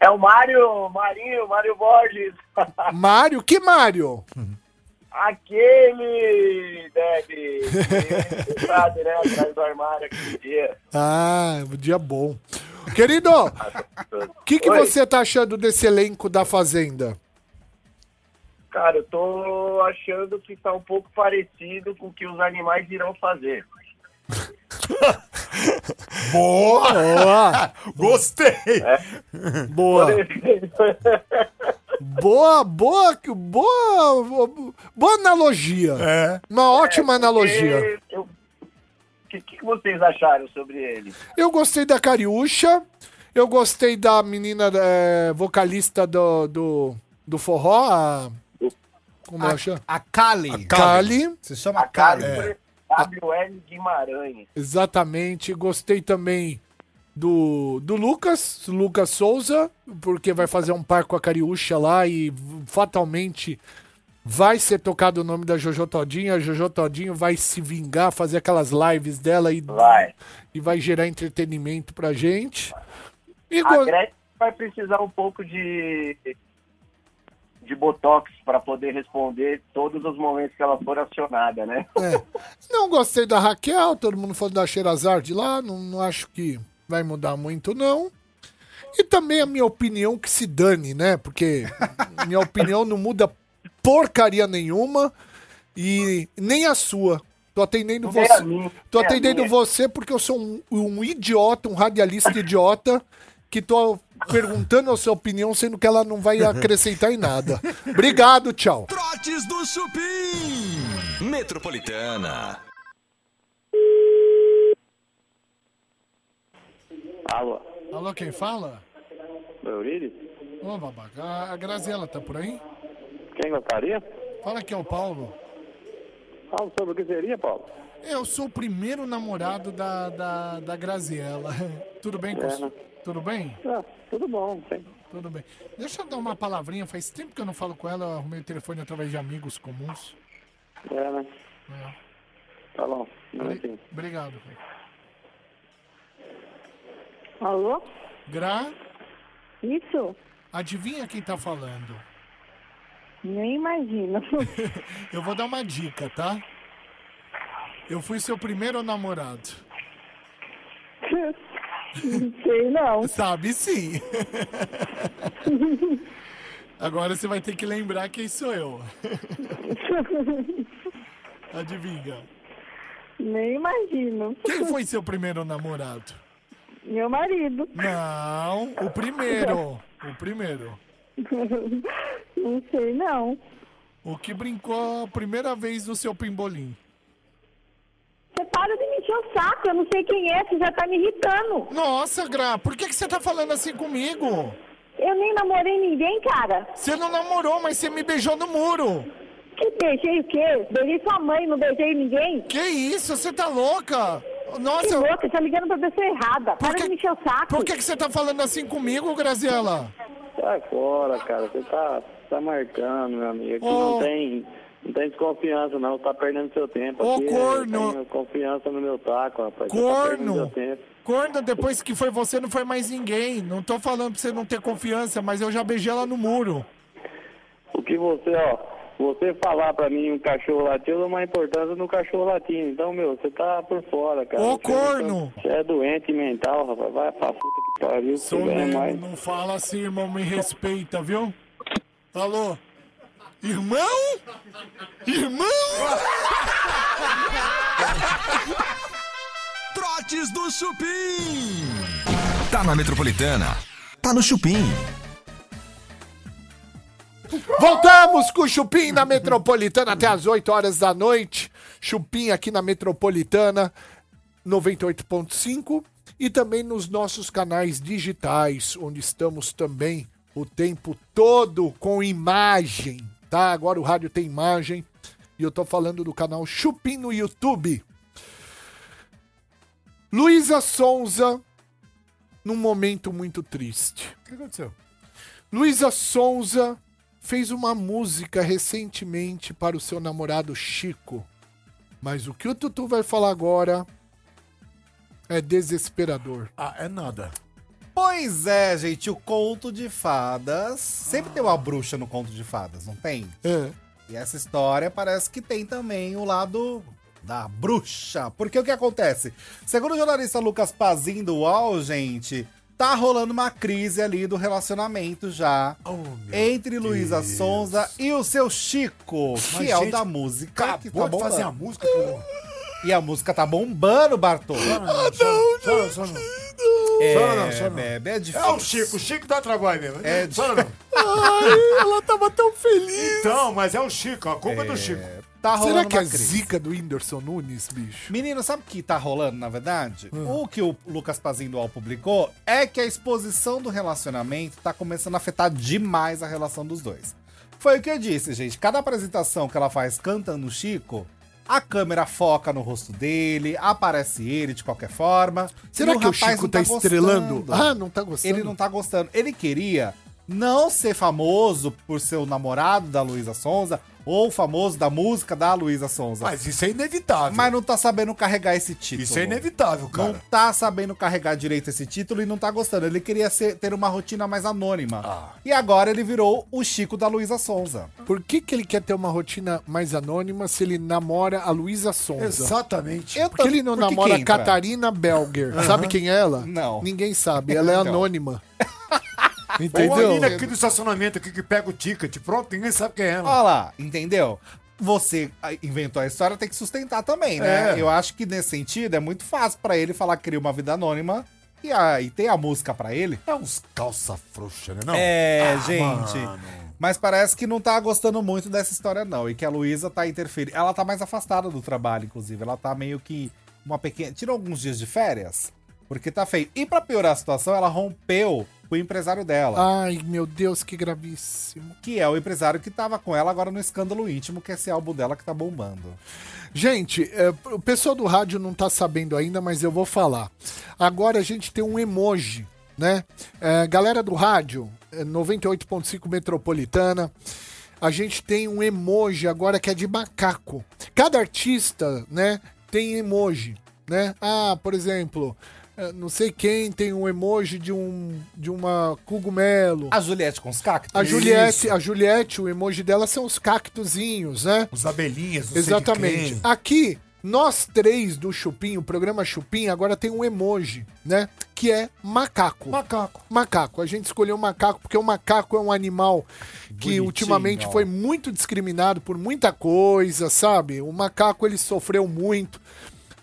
Speaker 5: é o Mário, Marinho, Mário Borges.
Speaker 3: Mário? Que Mário?
Speaker 5: Aquele deve sabe, né? Atrás do armário aquele dia.
Speaker 3: Ah, um dia bom. Querido, o que, que
Speaker 5: Oi.
Speaker 3: você tá achando desse elenco da Fazenda?
Speaker 5: Cara, eu tô achando que tá um pouco parecido com o que os animais irão fazer.
Speaker 11: Boa!
Speaker 3: Boa!
Speaker 11: Gostei!
Speaker 3: Boa! Boa, boa, que- boa, boa, boa analogia.
Speaker 11: É.
Speaker 3: Uma ótima analogia.
Speaker 8: O que, que vocês acharam sobre ele?
Speaker 3: Eu gostei da Cariúcha, eu gostei da menina eh, vocalista do, do, do forró, a... Como ela chama?
Speaker 7: A Kali.
Speaker 3: Kali.
Speaker 7: Se chama Kali.
Speaker 3: É.
Speaker 8: W.L. Guimarães.
Speaker 3: Exatamente. Gostei também do, do Lucas, Lucas Souza, porque vai fazer um par com a Cariúcha lá e fatalmente vai ser tocado o nome da Jojo Todinho. A Jojo Todinho vai se vingar, fazer aquelas lives dela e
Speaker 8: Vai.
Speaker 3: e vai gerar entretenimento pra gente. E
Speaker 8: A
Speaker 3: go-
Speaker 8: Gretchen vai precisar um pouco de, de botox para poder responder todos os momentos que ela for acionada, né?
Speaker 3: Não gostei da Raquel, todo mundo falando da Xerazade lá, não, não acho que vai mudar muito, não. E também a minha opinião que se dane, né? Porque minha opinião não muda porcaria nenhuma e nem a sua. Tô atendendo
Speaker 8: Nem
Speaker 3: você.
Speaker 8: a minha,
Speaker 3: Tô
Speaker 8: nem a
Speaker 3: atendendo
Speaker 8: minha.
Speaker 3: você porque eu sou um, um idiota, um radialista idiota, que tô perguntando a sua opinião, sendo que ela não vai acrescentar em nada. Obrigado, tchau.
Speaker 1: Trotes do Chupim. Metropolitana.
Speaker 8: Alô,
Speaker 3: Alô, quem fala?
Speaker 8: Eurílio?
Speaker 3: Ô, babaca, a a Graziela tá por aí?
Speaker 8: Quem gostaria?
Speaker 3: Fala que é o Paulo.
Speaker 8: Fala sobre o que seria, Paulo.
Speaker 3: Eu sou o primeiro namorado da, da, da Graziela. Tudo bem, com su- Tudo bem?
Speaker 8: Ah, tudo bom, sim.
Speaker 3: Tudo bem. Deixa eu dar uma palavrinha. Faz tempo que eu não falo com ela. Eu arrumei o telefone através de amigos comuns.
Speaker 8: É, né? Tá bom. Não
Speaker 3: Obri-
Speaker 8: entendi.
Speaker 3: Obrigado. cara.
Speaker 5: Alô?
Speaker 3: Gra,
Speaker 5: Isso?
Speaker 3: adivinha quem tá falando?
Speaker 5: Nem imagino.
Speaker 3: Eu vou dar uma dica, tá? Eu fui seu primeiro namorado.
Speaker 5: Não sei não.
Speaker 3: Sabe sim. Agora você vai ter que lembrar quem sou eu. Adivinha.
Speaker 5: Nem imagino.
Speaker 3: Quem foi seu primeiro namorado?
Speaker 5: Meu marido.
Speaker 3: Não, o primeiro. O primeiro.
Speaker 5: Não sei não.
Speaker 3: O que brincou a primeira vez no seu pimbolim.
Speaker 5: Você para de me encher o saco, eu não sei quem é, você já tá me irritando.
Speaker 3: Nossa, Gra, por que, que você tá falando assim comigo?
Speaker 5: Eu nem namorei ninguém, cara.
Speaker 3: Você não namorou, mas você me beijou no muro.
Speaker 5: Que beijei o quê? Beijei sua mãe, não beijei ninguém?
Speaker 3: Que isso, você tá louca? Nossa.
Speaker 5: Que louca, tá ligando pra pessoa errada. Para de me encher o saco.
Speaker 3: Por que, que você tá falando assim comigo, Graziela?
Speaker 8: Sai fora, cara. Você tá, tá marcando, meu amigo. Aqui
Speaker 3: Ô.
Speaker 8: não tem. Não tem desconfiança, não. Tá perdendo seu tempo.
Speaker 3: Ô,
Speaker 8: Aqui eu
Speaker 3: corno.
Speaker 8: tenho confiança no meu taco, rapaz. Você Tá perdendo
Speaker 3: Corno.
Speaker 8: seu tempo.
Speaker 3: Corno, depois que foi você, não foi mais ninguém. Não tô falando pra você não ter confiança, mas eu já beijei ela no muro.
Speaker 8: O que você, ó. Você falar pra mim um cachorro latindo, eu dou uma importância no cachorro latindo. Então, meu, você tá por fora, cara.
Speaker 3: Ô,
Speaker 8: Você-
Speaker 3: corno.
Speaker 8: Você é doente mental, rapaz. Vai pra puta que pariu.
Speaker 3: Sou
Speaker 8: você ganha
Speaker 3: mesmo,
Speaker 8: é mais.
Speaker 3: não fala assim, irmão, me respeita, viu? Alô? Irmão? Irmão?
Speaker 1: Trotes do Chupim. Tá na Metropolitana. Tá no Chupim.
Speaker 3: Voltamos com o Chupim na Metropolitana até as 8 horas da noite. Chupim aqui na Metropolitana 98.5 e também nos nossos canais digitais, onde estamos também o tempo todo com imagem, tá? Agora o rádio tem imagem e eu tô falando do canal Chupim no YouTube. Luísa Sonza num momento muito triste.
Speaker 4: O que aconteceu?
Speaker 3: Luísa Sonza fez uma música recentemente para o seu namorado Chico. Mas o que o Tutu vai falar agora é desesperador.
Speaker 4: Ah, é nada.
Speaker 7: Pois é, gente, o conto de fadas. Sempre tem uma bruxa no conto de fadas, não tem? E essa história parece que tem também o lado da bruxa. Porque o que acontece? Segundo o jornalista Lucas Pazin do UOL, gente, tá rolando uma crise ali do relacionamento já
Speaker 10: Oh,
Speaker 7: entre Luísa Sonza e o seu Chico, que é o da música.
Speaker 4: Acabou
Speaker 7: que tá
Speaker 4: de fazer a
Speaker 7: bombando.
Speaker 4: música, pô.
Speaker 7: E a música tá bombando, Bartô.
Speaker 10: Ah, não, não.
Speaker 7: É,
Speaker 10: Só não, só não.
Speaker 7: Bebe, é
Speaker 10: É
Speaker 7: difícil.
Speaker 10: o Chico, o Chico dá trabalho mesmo.
Speaker 7: É,
Speaker 10: Só não, não.
Speaker 3: Ai, ela tava tão feliz.
Speaker 10: Então, mas é o Chico, a culpa é do Chico.
Speaker 7: Tá rolando
Speaker 3: Será que
Speaker 7: uma
Speaker 3: é
Speaker 7: crise.
Speaker 3: zica do Whindersson Nunes, bicho?
Speaker 7: Menino, sabe o que tá rolando, na verdade?
Speaker 3: Hum.
Speaker 7: O que o Lucas Pazindual publicou é que a exposição do relacionamento tá começando a afetar demais a relação dos dois. Foi o que eu disse, gente. Cada apresentação que ela faz cantando o Chico, a câmera foca no rosto dele, aparece ele de qualquer forma.
Speaker 3: Será
Speaker 7: E
Speaker 3: que o
Speaker 7: rapaz
Speaker 3: Chico
Speaker 7: não
Speaker 3: tá estrelando?
Speaker 7: gostando.
Speaker 3: Ah, não tá gostando.
Speaker 7: Ele não tá gostando. Ele queria não ser famoso por ser o namorado da Luísa Sonza ou famoso da música da Luísa Sonza.
Speaker 10: Mas isso é inevitável.
Speaker 7: Mas não tá sabendo carregar esse título.
Speaker 10: Isso é inevitável, cara.
Speaker 7: Não tá sabendo carregar direito esse título e não tá gostando. Ele queria ser- ter uma rotina mais anônima.
Speaker 10: Ah.
Speaker 7: E agora ele virou o Chico da Luísa Sonza.
Speaker 3: Por que, que ele quer ter uma rotina mais anônima se ele namora a Luísa Sonza?
Speaker 10: Exatamente.
Speaker 3: Porque ele não
Speaker 7: Por que
Speaker 3: namora
Speaker 7: que
Speaker 3: a
Speaker 7: entra?
Speaker 3: Catarina Belger. Sabe quem é ela?
Speaker 7: Não.
Speaker 3: Ninguém sabe. Ela é
Speaker 7: Então.
Speaker 3: anônima.
Speaker 10: Tem uma
Speaker 3: Entendeu?
Speaker 10: menina aqui do estacionamento aqui que pega o ticket, pronto, ninguém sabe quem é ela.
Speaker 7: Olha lá, entendeu? Você ah, inventou a história, tem que sustentar também, né?
Speaker 10: É.
Speaker 7: Eu acho que nesse sentido é muito fácil pra ele falar que cria uma vida anônima e aí tem a música pra ele.
Speaker 10: É uns calça frouxa, né? Não?
Speaker 7: É,
Speaker 10: Ah,
Speaker 7: gente.
Speaker 10: mano.
Speaker 7: Mas parece que não tá gostando muito dessa história, não. E que a Luísa tá interferindo. Ela tá mais afastada do trabalho, inclusive. Ela tá meio que uma pequena. Tirou alguns dias de férias, porque tá feio. E pra piorar a situação, ela rompeu com o empresário dela.
Speaker 3: Ai, meu Deus, que gravíssimo.
Speaker 7: Que é o empresário que tava com ela agora no escândalo íntimo, que é esse álbum dela que tá bombando.
Speaker 3: Gente, é, o pessoal do rádio não tá sabendo ainda, mas eu vou falar. Agora a gente tem um emoji, né? É, galera do rádio, é, 98.5 Metropolitana, a gente tem um emoji agora que é de macaco. Cada artista, né, tem emoji, né? Ah, por exemplo, é, não sei quem tem um emoji de um de uma cogumelo.
Speaker 7: A Juliette com os cactos?
Speaker 3: A Juliette, a Juliette, o emoji dela são os cactozinhos, né?
Speaker 10: Os abelhinhas, não sei
Speaker 3: Exatamente.
Speaker 10: de quem.
Speaker 3: Aqui, nós três do Chupim, o programa Chupim, agora tem um emoji, né? Que é macaco.
Speaker 10: Macaco.
Speaker 3: Macaco. A gente escolheu macaco porque o macaco é um animal que
Speaker 7: Bonitinho,
Speaker 3: ultimamente
Speaker 7: ó.
Speaker 3: foi muito discriminado por muita coisa, sabe? O macaco ele sofreu muito.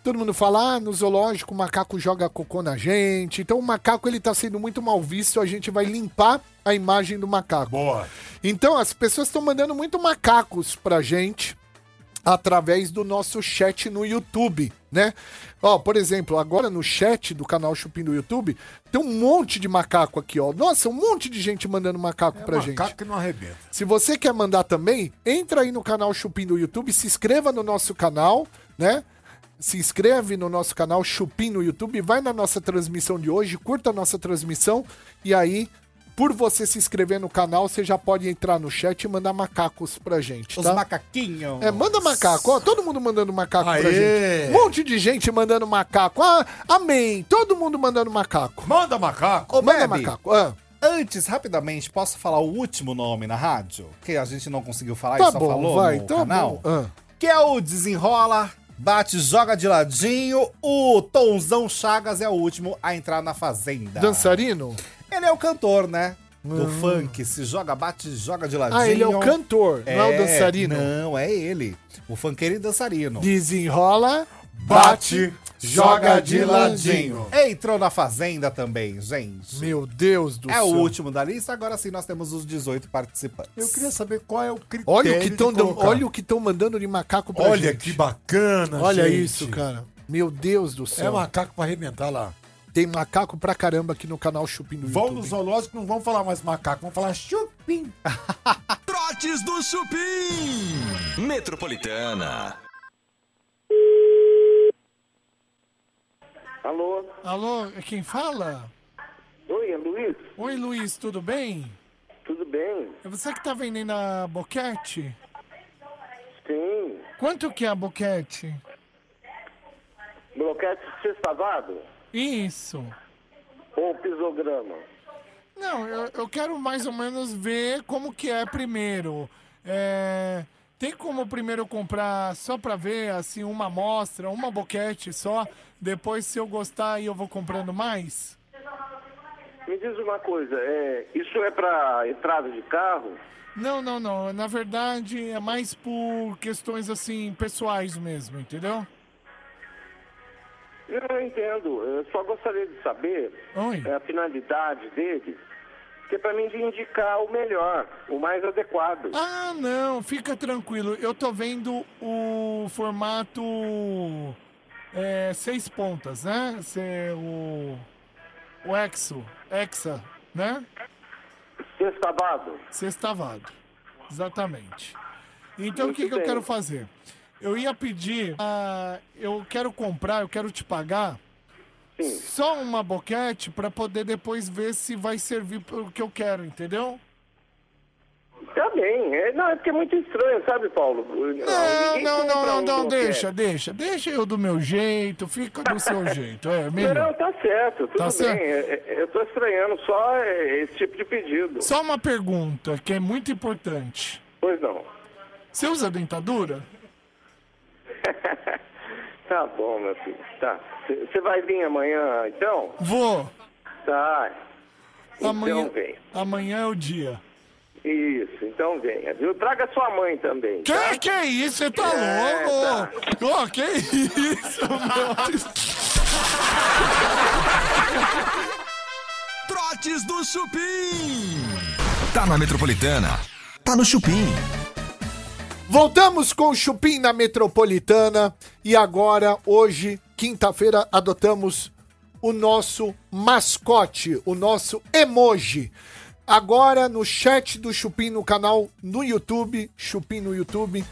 Speaker 3: Todo mundo fala, ah, no zoológico o macaco joga cocô na gente. Então o macaco ele tá sendo muito mal visto, a gente vai limpar a imagem do macaco.
Speaker 10: Boa.
Speaker 3: Então as pessoas estão mandando muito macacos pra gente através do nosso chat no YouTube, né? Ó, por exemplo, agora no chat do canal Chupim do YouTube, tem um monte de macaco aqui, ó. Nossa, um monte de gente mandando macaco pra
Speaker 10: Macaco
Speaker 3: gente.
Speaker 10: que não arrebenta.
Speaker 3: Se você quer mandar também, entra aí no canal Chupim do YouTube, se inscreva no nosso canal, né? Se inscreve no nosso canal Chupim no YouTube, vai na nossa transmissão de hoje, curta a nossa transmissão e aí, por você se inscrever no canal, você já pode entrar no chat e mandar macacos pra gente,
Speaker 7: Os
Speaker 3: tá?
Speaker 7: macaquinhos.
Speaker 3: É, manda macaco, ó, todo mundo mandando macaco pra
Speaker 10: Aê!
Speaker 3: gente. Um monte de gente mandando macaco. Ah, amém, todo mundo mandando macaco.
Speaker 10: Manda macaco.
Speaker 7: Ô,
Speaker 3: Manda
Speaker 7: Bebe,
Speaker 3: macaco. Ah,
Speaker 7: Antes, rapidamente, posso falar o último nome na rádio? Que a gente não conseguiu falar e
Speaker 3: tá
Speaker 7: só
Speaker 3: bom,
Speaker 7: falou
Speaker 3: vai,
Speaker 7: no
Speaker 3: tá
Speaker 7: canal.
Speaker 3: bom. Ah.
Speaker 7: Que é o Desenrola, Bate, Joga de Ladinho. O Tonzão Chagas é o último a entrar na Fazenda.
Speaker 3: Dançarino?
Speaker 7: Ele é o cantor, né? Do funk, se joga, bate, joga de ladinho.
Speaker 3: Hum. Ah, ele é o cantor, não é o dançarino.
Speaker 7: Não, é ele. O funkeiro e dançarino.
Speaker 3: Desenrola,
Speaker 10: Bate, joga de ladinho.
Speaker 7: Entrou na Fazenda também, gente.
Speaker 3: Meu Deus do
Speaker 7: é
Speaker 3: céu.
Speaker 7: o último da lista, agora sim nós temos os 18 participantes.
Speaker 10: Eu queria saber qual é o critério.
Speaker 3: Olha o que
Speaker 10: de
Speaker 3: estão
Speaker 10: colocar.
Speaker 3: mandando de macaco pra
Speaker 10: Olha
Speaker 3: gente.
Speaker 10: que bacana,
Speaker 3: Olha
Speaker 10: gente.
Speaker 3: isso, cara. Meu Deus do
Speaker 10: É
Speaker 3: céu.
Speaker 10: macaco pra arrebentar lá.
Speaker 3: Tem macaco pra caramba aqui no canal Chupim do
Speaker 10: Vão no
Speaker 3: YouTube.
Speaker 10: zoológico, não vão falar mais macaco, vão falar chupim.
Speaker 1: Trotes do Chupim. Metropolitana.
Speaker 8: Alô?
Speaker 3: Alô, é quem fala?
Speaker 8: Oi, é Luiz?
Speaker 3: Oi, Luiz, tudo bem?
Speaker 8: Tudo bem?
Speaker 3: É você que tá vendendo a boquete?
Speaker 8: Sim.
Speaker 3: Quanto que é a boquete?
Speaker 8: Bloquete sextavado
Speaker 3: Isso.
Speaker 8: ou pisograma?
Speaker 3: Não, eu, eu quero mais ou menos ver como que é primeiro. É, tem como primeiro eu comprar só pra ver, assim, uma amostra, uma boquete só? Depois, se eu gostar, aí eu vou comprando mais?
Speaker 8: Me diz uma coisa, é, isso é pra entrada de carro?
Speaker 3: Não, não, não. Na verdade, é mais por questões, assim, pessoais mesmo, entendeu?
Speaker 8: Não, eu entendo. Eu só gostaria de saber eh, a finalidade dele, que é para mim de indicar o melhor, o mais adequado.
Speaker 9: Ah, não, fica tranquilo. Eu tô vendo o formato é, seis pontas, né? Cê- o, o Exo, Hexa, né?
Speaker 8: Sextavado.
Speaker 9: Sextavado, exatamente. Então o
Speaker 8: Muito
Speaker 9: que, que eu
Speaker 8: bem.
Speaker 9: quero fazer? Eu ia pedir, ah, eu quero comprar, eu quero te pagar só uma boquete pra poder depois ver se vai servir pro que eu quero, entendeu?
Speaker 8: Tá bem. É, não, é porque é muito estranho, sabe, Paulo?
Speaker 9: Não,
Speaker 8: Ninguém
Speaker 9: Ah, não, não,
Speaker 8: compra
Speaker 9: não,
Speaker 8: um
Speaker 9: não,
Speaker 8: qualquer.
Speaker 9: deixa, deixa. Deixa eu do meu jeito, fica do seu jeito. É,
Speaker 8: Não,
Speaker 9: melhor.
Speaker 8: tá certo, tudo
Speaker 9: Tá
Speaker 8: bem.
Speaker 9: certo?
Speaker 8: É, é, Eu tô estranhando só é, esse tipo de pedido.
Speaker 9: Só uma pergunta que é muito importante.
Speaker 8: Pois não.
Speaker 9: Você usa dentadura?
Speaker 8: Tá bom, meu filho. Tá. Você vai vir amanhã, então?
Speaker 9: Vou.
Speaker 8: Tá.
Speaker 9: Amanhã,
Speaker 8: Então vem.
Speaker 9: amanhã é o dia.
Speaker 8: Isso, então venha, viu? Traga sua mãe também.
Speaker 9: Que que é isso? Você tá
Speaker 8: É,
Speaker 9: louco?
Speaker 3: tá.
Speaker 9: Ó, que isso, meu?
Speaker 1: Trotes do Chupim. Tá na Metropolitana. Tá no Chupim.
Speaker 3: Voltamos com o Chupim na Metropolitana e agora, hoje, quinta-feira, adotamos o nosso mascote, o nosso emoji. Agora no chat do Chupim no canal no YouTube, Chupim no YouTube,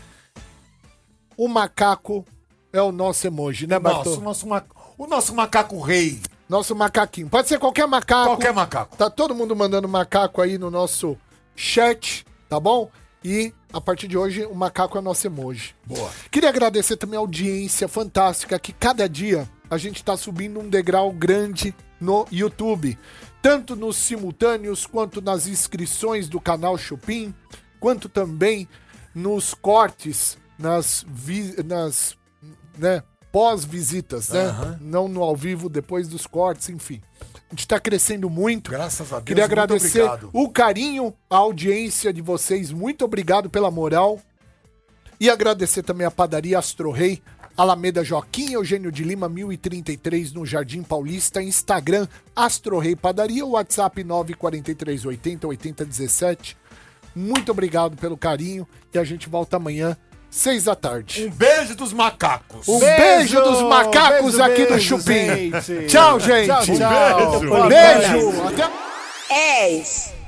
Speaker 3: o macaco é o nosso emoji, né, Bartô?
Speaker 4: Nosso, nosso ma-
Speaker 3: O nosso macaco rei. Nosso macaquinho. Pode ser qualquer macaco. Qualquer macaco. Tá todo mundo mandando macaco aí no nosso chat, tá bom? E a partir de hoje, o macaco é nosso emoji. Boa. Queria agradecer também a audiência fantástica que cada dia a gente tá subindo um degrau grande no YouTube. Tanto nos simultâneos, quanto nas inscrições do canal Chupim, quanto também nos cortes, nas, vi- nas né, pós-visitas, né?
Speaker 4: Aham.
Speaker 3: Não no ao vivo, depois dos cortes, enfim. A gente tá crescendo muito.
Speaker 4: Graças a Deus.
Speaker 3: Queria
Speaker 4: muito
Speaker 3: agradecer
Speaker 4: obrigado.
Speaker 3: o carinho, a audiência de vocês. Muito obrigado pela moral. E agradecer também a padaria Astro Rei, Alameda Joaquim Eugênio de Lima, 1033, no Jardim Paulista. Instagram, Astro Rei Padaria, WhatsApp 94380 8017. Muito obrigado pelo carinho e a gente volta amanhã, seis da tarde. Um beijo dos macacos. Um beijo,
Speaker 4: Beijo!
Speaker 3: dos macacos
Speaker 4: Beijo,
Speaker 3: aqui do
Speaker 4: beijo,
Speaker 3: Chupim.
Speaker 4: gente.
Speaker 3: Tchau, gente.
Speaker 4: Tchau, tchau.
Speaker 3: Um
Speaker 4: Boa
Speaker 3: beijo.
Speaker 4: tarde.
Speaker 3: Até...
Speaker 12: 10,